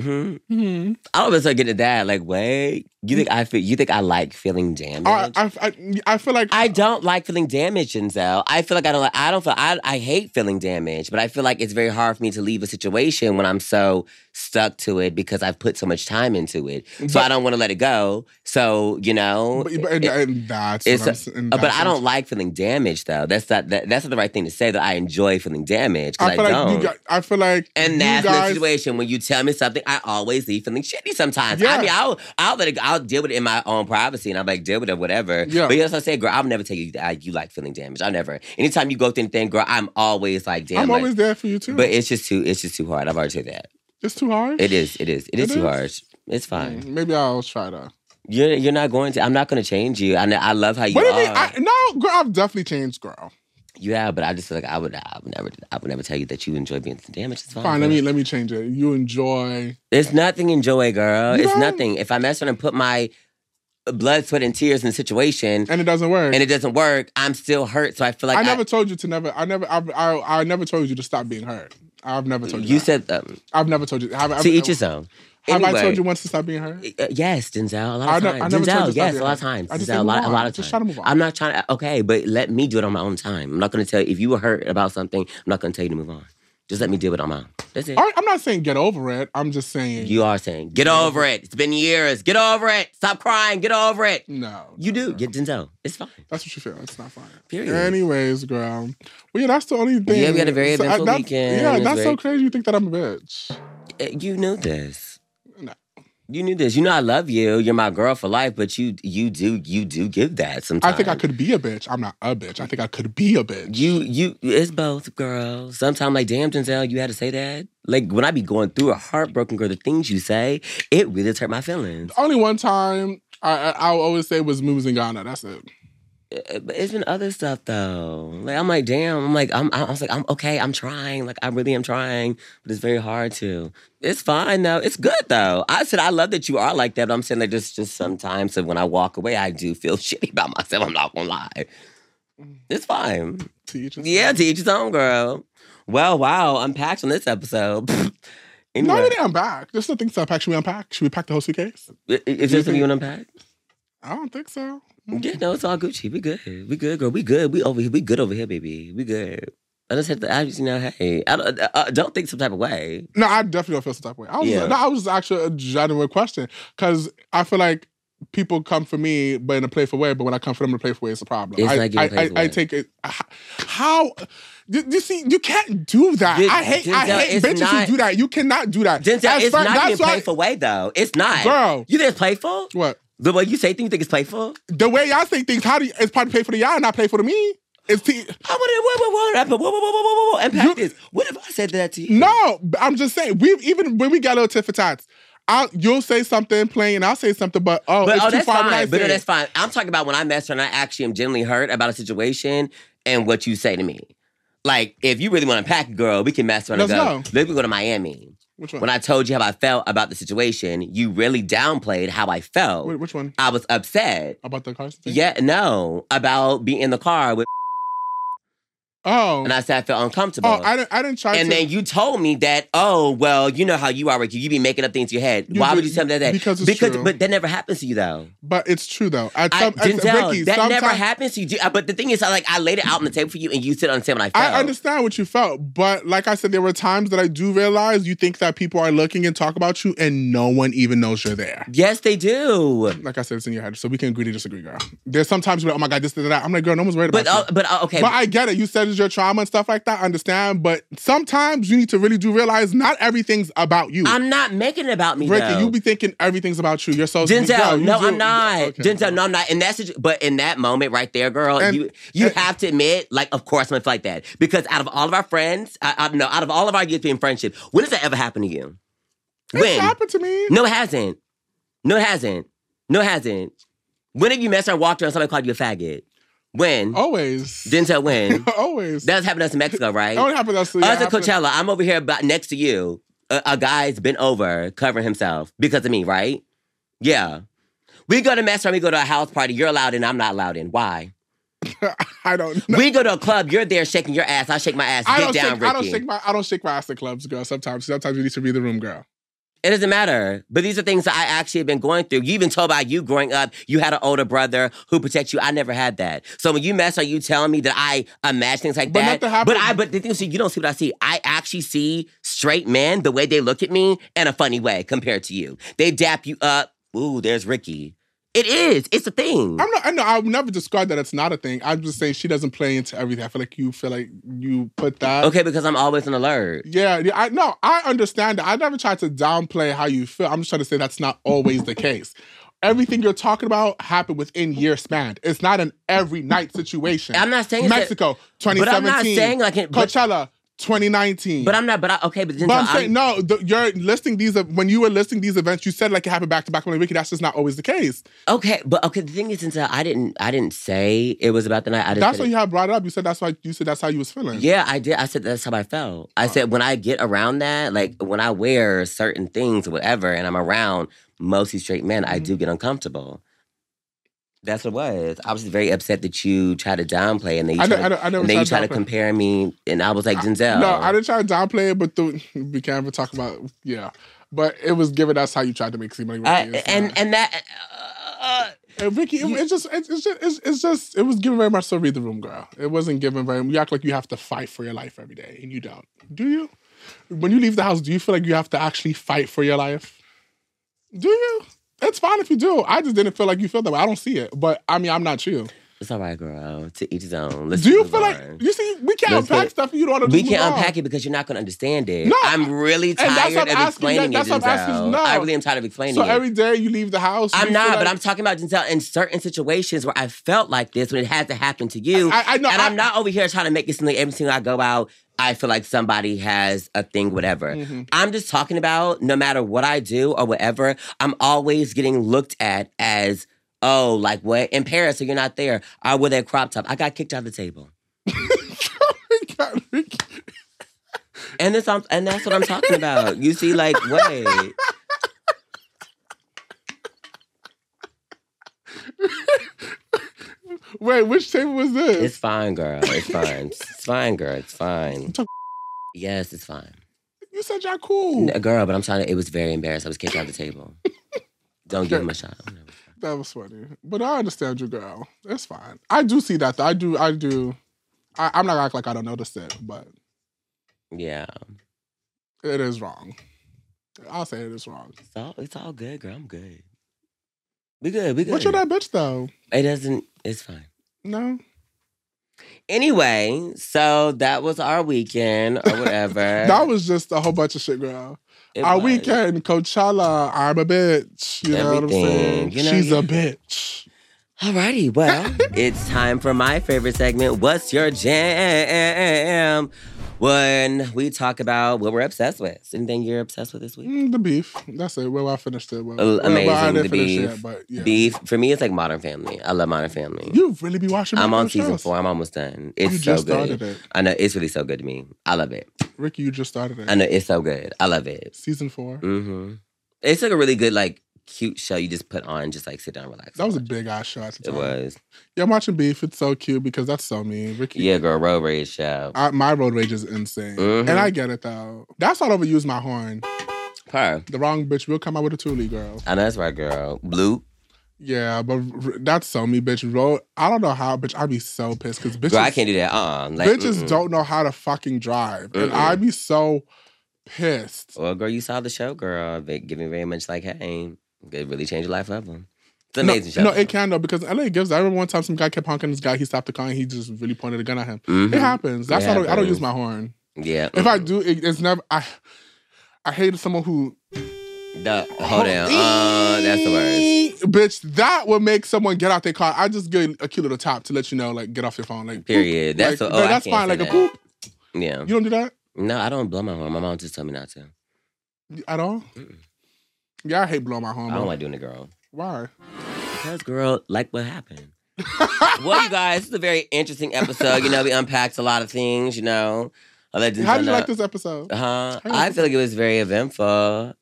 Speaker 2: Mm-hmm.
Speaker 1: Hmm.
Speaker 2: I always start getting to that. Like, wait,
Speaker 1: Mm.
Speaker 2: you think I feel? You think I like
Speaker 1: Uh,
Speaker 2: feeling damaged?
Speaker 1: I, I, I, I feel like
Speaker 2: I don't like feeling damaged, Giselle. I feel like I don't like. I don't feel. I I hate feeling damaged, but I feel like it's very hard for me to leave a situation when I'm so stuck to it because I've put so much time into it. So
Speaker 1: But-
Speaker 2: I don't want to let it go. So you know,
Speaker 1: but, but- and,
Speaker 2: it-
Speaker 1: and that's
Speaker 2: it's
Speaker 1: what I'm
Speaker 2: a-
Speaker 1: s- and
Speaker 2: uh, but
Speaker 1: that's
Speaker 2: I
Speaker 1: what I'm
Speaker 2: don't like feeling damaged though. That's not that, that's not the right thing to say. That I enjoy feeling damaged. 'cause
Speaker 1: I feel
Speaker 2: I
Speaker 1: like
Speaker 2: don't.
Speaker 1: you got, I feel like you
Speaker 2: And that's the
Speaker 1: guys,
Speaker 2: situation when you tell me something, I always leave feeling shitty sometimes.
Speaker 1: Yeah.
Speaker 2: I mean, I'll I'll let it, I'll deal with it in my own privacy, and I'm like deal with it, whatever.
Speaker 1: Yeah.
Speaker 2: But yes, I say, girl, I'll never tell you that I- you like feeling damaged. I'll never. Anytime you go through anything, girl, I'm always like, damn.
Speaker 1: I'm
Speaker 2: like-
Speaker 1: always there for you too.
Speaker 2: but it's just too it's just too hard. I've already said that.
Speaker 1: it's too hard.
Speaker 2: It is. It is. It is
Speaker 1: It
Speaker 2: too
Speaker 1: is?
Speaker 2: hard. It's fine.
Speaker 1: Mm, Maybe I'll try to.
Speaker 2: You're you're not going to. I'm not going to change you. I know, I love how you
Speaker 1: What do you
Speaker 2: are.
Speaker 1: mean? I, no, girl, I've definitely changed, girl.
Speaker 2: yeah, but I just feel like I would. I would never. I would never tell you that you enjoy being damaged. It's fine.
Speaker 1: Fine, let
Speaker 2: girl.
Speaker 1: me let me change it. You enjoy.
Speaker 2: It's nothing in joy, girl.
Speaker 1: You
Speaker 2: it's
Speaker 1: know-
Speaker 2: nothing. If I mess around and put my blood, sweat, and tears in the situation
Speaker 1: And it doesn't work.
Speaker 2: and it doesn't work, I'm still hurt. So I feel like
Speaker 1: I never told you to never. I never. I, I, I never told you to stop being hurt. I've never told you.
Speaker 2: you
Speaker 1: that.
Speaker 2: said um,
Speaker 1: I've never told you. Have, I-
Speaker 2: to each his own.
Speaker 1: Have I
Speaker 2: Anyway,
Speaker 1: told you once to stop being hurt?
Speaker 2: uh, yes, Denzel. A lot of
Speaker 1: I ne- I
Speaker 2: times.
Speaker 1: never told you
Speaker 2: Denzel,
Speaker 1: to
Speaker 2: yes,
Speaker 1: stop
Speaker 2: a lot
Speaker 1: being
Speaker 2: of times.
Speaker 1: hurt. I just
Speaker 2: Denzel, a
Speaker 1: said
Speaker 2: lot,
Speaker 1: move
Speaker 2: a lot
Speaker 1: on.
Speaker 2: of
Speaker 1: Just
Speaker 2: times.
Speaker 1: try to move on.
Speaker 2: I'm not trying to. Okay, but let me do it on my own time. I'm not going to tell. If you were hurt about something, I'm not going to tell you to move on. Just let me do it on my own. That's it.
Speaker 1: All right, I'm not saying get over it. I'm just saying
Speaker 2: You are saying, get over it. It's been years. Get over it. Stop crying. Get over it.
Speaker 1: no.
Speaker 2: You
Speaker 1: no,
Speaker 2: do.
Speaker 1: no.
Speaker 2: Get Denzel. It's fine.
Speaker 1: That's what you feel. It's not fine.
Speaker 2: Period.
Speaker 1: Anyways, girl. Well, yeah, that's the only thing.
Speaker 2: we had a very
Speaker 1: I-
Speaker 2: eventful
Speaker 1: that's-
Speaker 2: weekend.
Speaker 1: Yeah,
Speaker 2: It's
Speaker 1: that's so
Speaker 2: very-
Speaker 1: crazy. You think that I'm a bitch?
Speaker 2: Uh, You knew this.
Speaker 1: No.
Speaker 2: You knew this. You know I love you. You're my girl for life. But you, you do, you do give that
Speaker 1: I
Speaker 2: sometimes.
Speaker 1: think I could be a bitch. I'm not a bitch. I think I could be a bitch.
Speaker 2: You, you. It's both, girl. Sometimes, like, damn, Denzel, you had to say that. Like when I be going through a heartbroken girl, the things you say, it really just hurt my feelings.
Speaker 1: Only one time I, I I'll always say was moves in Ghana. That's it.
Speaker 2: Uh, But it's been other stuff though. Like I'm like, damn. I'm like, I'm. I was like, I'm okay. I'm trying. Like I really am trying, but it's very hard to. It's fine though. It's good though. I said I love that you are like that. But I'm saying like just just sometimes that when I walk away, I do feel shitty about myself. I'm not gonna lie. It's fine.
Speaker 1: To each his-
Speaker 2: Yeah, to each his own, girl. Well, wow. Unpacked on this episode.
Speaker 1: No,
Speaker 2: anyway,
Speaker 1: we didn't unpack. There's nothing to unpack. Should we unpack? Should we pack the whole suitcase?
Speaker 2: i- i- is
Speaker 1: you
Speaker 2: this something
Speaker 1: think-
Speaker 2: you want to unpack?
Speaker 1: I don't think so.
Speaker 2: Yeah, no, it's all Gucci. We good. We good, girl. We good. We over here. We good over here, baby. We good. I just have to. I just you know, hey, I don't. I don't think some type of way.
Speaker 1: No, I definitely don't feel some type of way. I was,
Speaker 2: Yeah.
Speaker 1: no, I was actually a genuine question because I feel like people come for me, but in a playful way. But when I come for them in a playful way, it's a problem.
Speaker 2: It's
Speaker 1: I,
Speaker 2: like in a
Speaker 1: I,
Speaker 2: playful
Speaker 1: I, I
Speaker 2: way.
Speaker 1: take it. How you, you see? You can't do that.
Speaker 2: You-
Speaker 1: I hate. I
Speaker 2: Denzel,
Speaker 1: hate
Speaker 2: it's
Speaker 1: bitches
Speaker 2: not-
Speaker 1: who do that. You cannot do that.
Speaker 2: Denzel,
Speaker 1: That's
Speaker 2: it's
Speaker 1: fine.
Speaker 2: not being
Speaker 1: That's why-
Speaker 2: playful way though. It's not,
Speaker 1: Girl.
Speaker 2: You think it's playful?
Speaker 1: What
Speaker 2: The way you say things, you think it's playful?
Speaker 1: the way y'all say things? How do you, it's probably playful to y'all, not playful to me? It's t-
Speaker 2: I want to. Whoa, whoa, whoa, whoa, whoa, whoa, whoa, whoa, unpack
Speaker 1: You-
Speaker 2: this. What if I said that to you?
Speaker 1: No, but I'm just saying. We even when we got little tit for tats, I'll you'll say something plain, and I'll say something, but oh,
Speaker 2: but
Speaker 1: it's
Speaker 2: oh,
Speaker 1: too
Speaker 2: that's
Speaker 1: far. when I
Speaker 2: fine. But
Speaker 1: say
Speaker 2: no,
Speaker 1: it.
Speaker 2: that's fine. I'm talking about when I mess around. I actually am genuinely hurt about a situation and what you say to me. Like, if you really want to pack, girl, we can mess around
Speaker 1: Let's
Speaker 2: and
Speaker 1: go.
Speaker 2: go. Let me go to Miami.
Speaker 1: Which one?
Speaker 2: When I told you how I felt about the situation, you really downplayed how I felt.
Speaker 1: Wh- Which one?
Speaker 2: I was upset.
Speaker 1: About the cars? thing?
Speaker 2: Yeah, no, about being in the car with.
Speaker 1: Oh.
Speaker 2: And I said I felt uncomfortable.
Speaker 1: oh, I didn't. I didn't try
Speaker 2: and
Speaker 1: to.
Speaker 2: then you told me that, oh, well, you know how you are, Ricky. You be making up things in your head.
Speaker 1: You
Speaker 2: Why
Speaker 1: do-
Speaker 2: would you tell me that?
Speaker 1: because it's true.
Speaker 2: But that never happens to you, though.
Speaker 1: but it's true though. At
Speaker 2: I
Speaker 1: some, at-
Speaker 2: didn't tell.
Speaker 1: Ricky,
Speaker 2: that never
Speaker 1: sometime-
Speaker 2: happens to you. I- But the thing is, I like I laid it out on the table for you, and you sit on the table. And I felt.
Speaker 1: I understand what you felt, but like I said, there were times that I do realize you think that people are looking and talk about you, and no one even knows you're there.
Speaker 2: Yes, they do.
Speaker 1: Like I said, it's in your head, so we can agree to disagree, girl. There's sometimes where oh my god, this, that, that. I'm like, girl, no one's worried
Speaker 2: But
Speaker 1: about you.
Speaker 2: uh, but uh, okay.
Speaker 1: But I get it. You said it's your trauma and stuff like that. I understand. But sometimes you need to really do realize not everything's about you.
Speaker 2: I'm not making it about me.
Speaker 1: Ricky,
Speaker 2: though.
Speaker 1: you be thinking everything's about you. You're so Girl,
Speaker 2: Denzel,
Speaker 1: you
Speaker 2: no,
Speaker 1: do-
Speaker 2: I'm not.
Speaker 1: Okay.
Speaker 2: Denzel, no, I'm not. In that situ- but in that moment right there, girl,
Speaker 1: And-
Speaker 2: you you
Speaker 1: and-
Speaker 2: have to admit, like, of course, I'm gonna feel like that because out of all of our friends, I, I no, out of all of our years being friendship, when has that ever happened to you?
Speaker 1: It's
Speaker 2: When?
Speaker 1: happened to me.
Speaker 2: No, it hasn't. No, it hasn't. No, it hasn't. When have you messed around, walked around, somebody called you a faggot? When?
Speaker 1: Oh. Always.
Speaker 2: Didn't tell when.
Speaker 1: Always.
Speaker 2: That's happened to us in Mexico, right?
Speaker 1: That don't happen to us. yeah,
Speaker 2: us at
Speaker 1: happen-
Speaker 2: Coachella, I'm over here about next to you. A, a guy's been over covering himself because of me, right? Yeah. We go to mess around, we go to a house party, you're allowed in, I'm not allowed in. Why?
Speaker 1: I don't. know.
Speaker 2: We go to a club, you're there shaking your ass, I shake my ass,
Speaker 1: I
Speaker 2: get
Speaker 1: don't,
Speaker 2: down,
Speaker 1: shake,
Speaker 2: Ricky.
Speaker 1: I don't shake my I don't shake my ass at clubs, girl. Sometimes sometimes you need to read the room, girl.
Speaker 2: It doesn't matter. But these are things that I actually have been going through. You even told by you growing up, you had an older brother who protects you. I never had that. So when you mess are you telling me that I imagine things like
Speaker 1: But
Speaker 2: that?
Speaker 1: nothing happened.
Speaker 2: But I but the thing is you don't see what I see. I actually see straight men, the way they look at me in a funny way compared to you. They dap you up. Ooh, there's Ricky. It is. It's a thing.
Speaker 1: I'm not. I know. I've never described that. It's not a thing. I'm just saying she doesn't play into everything. I feel like you feel like you put that.
Speaker 2: okay, because I'm always on alert.
Speaker 1: Yeah, yeah, I no, I understand that. I never tried to downplay how you feel. I'm just trying to say that's not always the case. Everything you're talking about happened within year span. It's not an every night situation.
Speaker 2: I'm not saying that-
Speaker 1: Mexico,
Speaker 2: But I'm not
Speaker 1: 2017.
Speaker 2: saying like it, but,
Speaker 1: Coachella, 2019.
Speaker 2: but I'm not. But I, okay, but, then
Speaker 1: But
Speaker 2: so
Speaker 1: I'm saying no. The, you're listing these ev- when you were listing these events. You said like it happened back to back. I'm like, Ricky, that's just not always the case.
Speaker 2: okay, but okay. The thing is, until I didn't, I didn't say it was about the night. I just
Speaker 1: That's
Speaker 2: said it-
Speaker 1: what you had brought up. You said that's why you said that's how you Oh. was feeling.
Speaker 2: Yeah, I did. I said that's how I felt. I said when I get around that, like when I wear certain things or whatever, and I'm around mostly straight men,
Speaker 1: Mm-hmm.
Speaker 2: I do get uncomfortable. That's what it was. I was very upset that you tried to downplay and then you
Speaker 1: I,
Speaker 2: tried,
Speaker 1: ne- I, ne- I never
Speaker 2: and then you tried to
Speaker 1: downplay.
Speaker 2: compare me, and I was like Denzel.
Speaker 1: No, I didn't try to downplay it, but the, we can't ever talk about yeah. But it was given us how you tried to make see money. Ricky.
Speaker 2: I-
Speaker 1: It's
Speaker 2: and
Speaker 1: not-
Speaker 2: and that. uh,
Speaker 1: and Ricky, it, it's just it's, it's just it's, it's just it was given very much so read the room, girl. It wasn't given very. You act like you have to fight for your life every day, and you don't. Do you? When you leave the house, do you feel like you have to actually fight for your life? Do you? It's fine if you do. I just didn't feel like you felt that way. I don't see it, but I mean, I'm not you.
Speaker 2: it's all right, girl. To each his own. Let's
Speaker 1: Do you
Speaker 2: move
Speaker 1: feel like
Speaker 2: on.
Speaker 1: you see? We can't
Speaker 2: Let's
Speaker 1: unpack
Speaker 2: get-
Speaker 1: stuff. and You don't want to.
Speaker 2: We can't unpack it because you're not going to understand it.
Speaker 1: No,
Speaker 2: I'm really
Speaker 1: that's
Speaker 2: tired
Speaker 1: what I'm
Speaker 2: of
Speaker 1: asking,
Speaker 2: explaining
Speaker 1: that-
Speaker 2: it,
Speaker 1: that's what I'm asking
Speaker 2: Denzel.
Speaker 1: now.
Speaker 2: I really am tired of explaining
Speaker 1: So
Speaker 2: it.
Speaker 1: every day you leave the house.
Speaker 2: I'm
Speaker 1: you feel
Speaker 2: not, but
Speaker 1: like-
Speaker 2: I'm talking about Denzel in certain situations where I felt like this when it had to happen to you.
Speaker 1: I, I know.
Speaker 2: and
Speaker 1: I-
Speaker 2: I'm not over here trying to make it seem like every single I go out, I feel like somebody has a thing, whatever.
Speaker 1: Mhm.
Speaker 2: I'm just talking about no matter what I do or whatever, I'm always getting looked at as, oh, like what? In Paris, so you're not there. I wear that crop top. I got kicked out the table.
Speaker 1: God, Ricky.
Speaker 2: And this, I'm, and that's what I'm talking about. You see, like, wait.
Speaker 1: Wait, which table was
Speaker 2: It's
Speaker 1: this?
Speaker 2: fine, girl. It's fine. It's fine, girl. It's fine.
Speaker 1: Talk-
Speaker 2: Yes, it's fine.
Speaker 1: You said y'all cool.
Speaker 2: N- Girl, but I'm trying to. It was very embarrassed. I was kicked out the table. Don't give him a shot.
Speaker 1: That was funny, but I understand you, girl. It's fine. I do see that. Though. I do. I do. I, I'm not gonna act like I don't notice it, but
Speaker 2: Yeah,
Speaker 1: it is wrong. I'll say it is wrong.
Speaker 2: it's all it's all good, girl. I'm good. We good. We good.
Speaker 1: But you're that bitch though.
Speaker 2: it doesn't. It's fine.
Speaker 1: No.
Speaker 2: Anyway, so that was our weekend or whatever.
Speaker 1: That was just a whole bunch of shit, girl.
Speaker 2: It
Speaker 1: Our
Speaker 2: was.
Speaker 1: weekend, Coachella, I'm a bitch. You know what I'm saying?
Speaker 2: Everything. You know,
Speaker 1: She's
Speaker 2: yeah.
Speaker 1: a bitch.
Speaker 2: Alrighty, well, it's time for my favorite segment. What's your jam? When we talk about what we're obsessed with. Anything you're obsessed with this week?
Speaker 1: Mm, the beef. That's it. Well, I finished it. Well,
Speaker 2: Uh,
Speaker 1: well, but I
Speaker 2: amazing,
Speaker 1: didn't
Speaker 2: the
Speaker 1: finish
Speaker 2: beef.
Speaker 1: it, but yeah.
Speaker 2: Beef. For me, it's like Modern Family. I love Modern Family.
Speaker 1: You really be watching?
Speaker 2: I'm
Speaker 1: Black
Speaker 2: on
Speaker 1: Mirror
Speaker 2: season
Speaker 1: shows?
Speaker 2: four. I'm almost done.
Speaker 1: You
Speaker 2: It's so
Speaker 1: just
Speaker 2: good.
Speaker 1: started it,
Speaker 2: I know it's really so good to me. I love it.
Speaker 1: Ricky. You just started
Speaker 2: I
Speaker 1: it.
Speaker 2: know it's so good. I love it.
Speaker 1: Season four.
Speaker 2: hmm It's like a really good, like cute show. You just put on, just like sit down, and relax.
Speaker 1: That was a big ass shot.
Speaker 2: It was.
Speaker 1: Yeah, I'm watching Beef. It's so cute because that's so mean. Ricky.
Speaker 2: Yeah, girl, road rage show.
Speaker 1: I, my road rage is insane,
Speaker 2: Mhm.
Speaker 1: and I get it though. That's all over. Use my horn.
Speaker 2: Her.
Speaker 1: The wrong bitch will come out with a toolie, girl.
Speaker 2: I know that's right, girl. Blue.
Speaker 1: Yeah, but r- that's so me, bitch. Road. I don't know how, bitch. I be so pissed because bitches,
Speaker 2: Girl, I can't do that. Uh. uh Like,
Speaker 1: bitches
Speaker 2: mm-mm.
Speaker 1: don't know how to fucking drive, and
Speaker 2: Mm-mm.
Speaker 1: I be so pissed.
Speaker 2: Well, girl, you saw the show, girl. They give me very much like, hey, it really changed your life forever. It's an
Speaker 1: No,
Speaker 2: amazing show.
Speaker 1: no, it can though because LA gives. I remember one time some guy kept honking this guy. He stopped the car and he just really pointed a gun at him.
Speaker 2: Mhm.
Speaker 1: It uh, happens. That's
Speaker 2: It
Speaker 1: how I don't- I don't
Speaker 2: happens. Mm-hmm.
Speaker 1: use my horn.
Speaker 2: Yeah.
Speaker 1: If I
Speaker 2: mm-mm.
Speaker 1: do, it, it's never. I I hate someone who
Speaker 2: Duh, hold on. Uh, that's the worst.
Speaker 1: Bitch, that would make someone get out their car. I just get a cute little tap to let you know, like, get off your phone. Like,
Speaker 2: Period. That's
Speaker 1: like,
Speaker 2: the- oh, I
Speaker 1: that's
Speaker 2: can't
Speaker 1: fine.
Speaker 2: say
Speaker 1: Like a
Speaker 2: that.
Speaker 1: poop.
Speaker 2: Yeah.
Speaker 1: You don't do that
Speaker 2: No, I don't blow my horn. My mom just told me not to.
Speaker 1: at all.
Speaker 2: Mm-mm.
Speaker 1: Yeah, I hate blowing my
Speaker 2: I
Speaker 1: horn.
Speaker 2: don't
Speaker 1: bro.
Speaker 2: like doing it, girl.
Speaker 1: Why?
Speaker 2: Because, girl, like what happened. well, you guys, this is a very interesting episode. You know, we unpacked a lot of things. You know, how did
Speaker 1: How did you like this episode?
Speaker 2: Uh,
Speaker 1: How
Speaker 2: I
Speaker 1: did-
Speaker 2: feel like it was very eventful.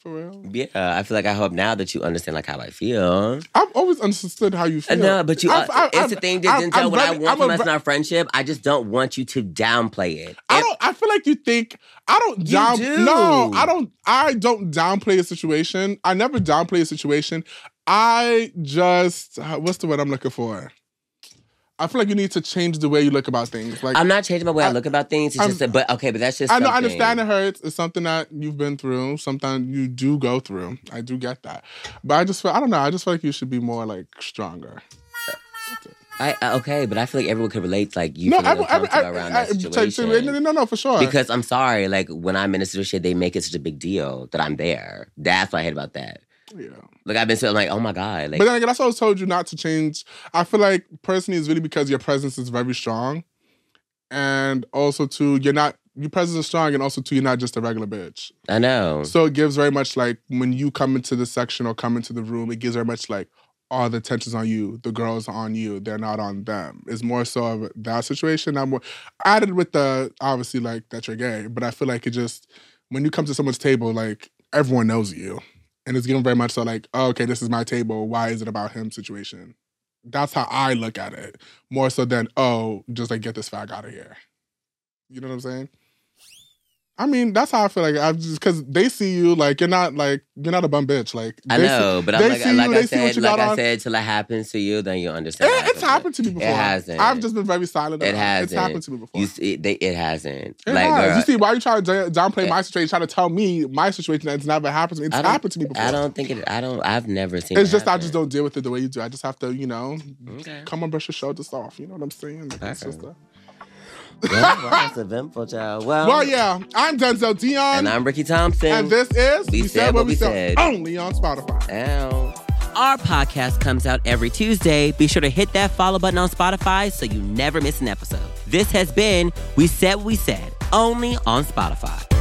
Speaker 1: For real,
Speaker 2: Yeah, uh, I feel like I hope now that you understand like how I feel.
Speaker 1: I've always understood how you feel.
Speaker 2: No, but you.
Speaker 1: I've-
Speaker 2: uh,
Speaker 1: I've-
Speaker 2: it's
Speaker 1: I've-
Speaker 2: the thing, that
Speaker 1: I've-
Speaker 2: Denzel.
Speaker 1: I'm
Speaker 2: What I
Speaker 1: very-
Speaker 2: want
Speaker 1: I'm
Speaker 2: from
Speaker 1: a
Speaker 2: us in
Speaker 1: ve-
Speaker 2: our friendship, I just don't want you to downplay it.
Speaker 1: I
Speaker 2: If-
Speaker 1: don't. I feel like you think I don't
Speaker 2: You
Speaker 1: down.
Speaker 2: do.
Speaker 1: No, I don't. I don't downplay a situation. I never downplay a situation. I just uh, what's the word I'm looking for? I feel like you need to change the way you look about things. Like i
Speaker 2: I'm not changing my way I,
Speaker 1: I-
Speaker 2: look about things. It's
Speaker 1: I'm-
Speaker 2: just that, but okay, but that's just.
Speaker 1: know, I
Speaker 2: something.
Speaker 1: understand it hurts. It's something that you've been through. Sometimes you do go through. I do get that, but I just feel. I don't know. I just feel like you should be more like stronger.
Speaker 2: I, I- okay, but I feel like everyone could relate. Like you
Speaker 1: no,
Speaker 2: feeling
Speaker 1: every, every,
Speaker 2: uncomfortable
Speaker 1: every,
Speaker 2: around
Speaker 1: I-
Speaker 2: that situation.
Speaker 1: to- to- no, no, for sure.
Speaker 2: Because I'm sorry, like when I'm in a situation, they make it such a big deal that I'm there. That's what I hate about that.
Speaker 1: yeah.
Speaker 2: Like I've been so I'm like, oh my god, like
Speaker 1: but then again, that's why I was told you not to change. I feel like personally, it's really because your presence is very strong, and also too, you're not your presence is strong, and also too, you're not just a regular bitch.
Speaker 2: I know.
Speaker 1: So it gives very much like when you come into the section or come into the room, it gives very much like all the tensions on you. The girls are on you; they're not on them. It's more so of that situation. I'm more added with the obviously like that you're gay, but I feel like it just when you come to someone's table, like everyone knows you, and it's given very much so like, oh, okay, this is my table. Why is it about him? Situation. That's how I look at it more so than oh, just like get this fag out of here. You know what I'm saying? I mean, that's how I feel like I'm just because they see you like you're not like you're not a bum bitch. Like
Speaker 2: I
Speaker 1: they see-
Speaker 2: know, but
Speaker 1: they
Speaker 2: I'm like,
Speaker 1: see you,
Speaker 2: like
Speaker 1: they
Speaker 2: I
Speaker 1: see what
Speaker 2: said,
Speaker 1: you
Speaker 2: like
Speaker 1: got
Speaker 2: I
Speaker 1: on.
Speaker 2: said, till it happens to you, then you understand. what
Speaker 1: It- it's happened to me before.
Speaker 2: hasn't.
Speaker 1: I've just been very silent.
Speaker 2: It
Speaker 1: about It's
Speaker 2: hasn't.
Speaker 1: happened to me before.
Speaker 2: You see, it, they, it hasn't.
Speaker 1: It
Speaker 2: like,
Speaker 1: has.
Speaker 2: girl,
Speaker 1: you see, why are you trying to da- downplay
Speaker 2: It-
Speaker 1: my situation? Trying to tell me my situation that's never happened to me. It's
Speaker 2: I don't-
Speaker 1: happened to me before.
Speaker 2: I don't think it. I don't. I've never seen.
Speaker 1: it's
Speaker 2: it
Speaker 1: just I just
Speaker 2: happen.
Speaker 1: don't deal with it the way you do. I just have to, you know,
Speaker 2: Okay.
Speaker 1: come on, brush your shoulders off. You know what I'm saying? Like, it's
Speaker 2: Okay.
Speaker 1: just a-
Speaker 2: well, well, it's eventful, child. Well,
Speaker 1: well, yeah. I'm Denzel Dion,
Speaker 2: And I'm Ricky Thompson.
Speaker 1: and this is
Speaker 2: We Said What We Said.
Speaker 1: only on Spotify.
Speaker 2: Our podcast comes out every Tuesday. Be sure to hit that follow button on Spotify so you never miss an episode. This has been We Said What We Said, only on Spotify.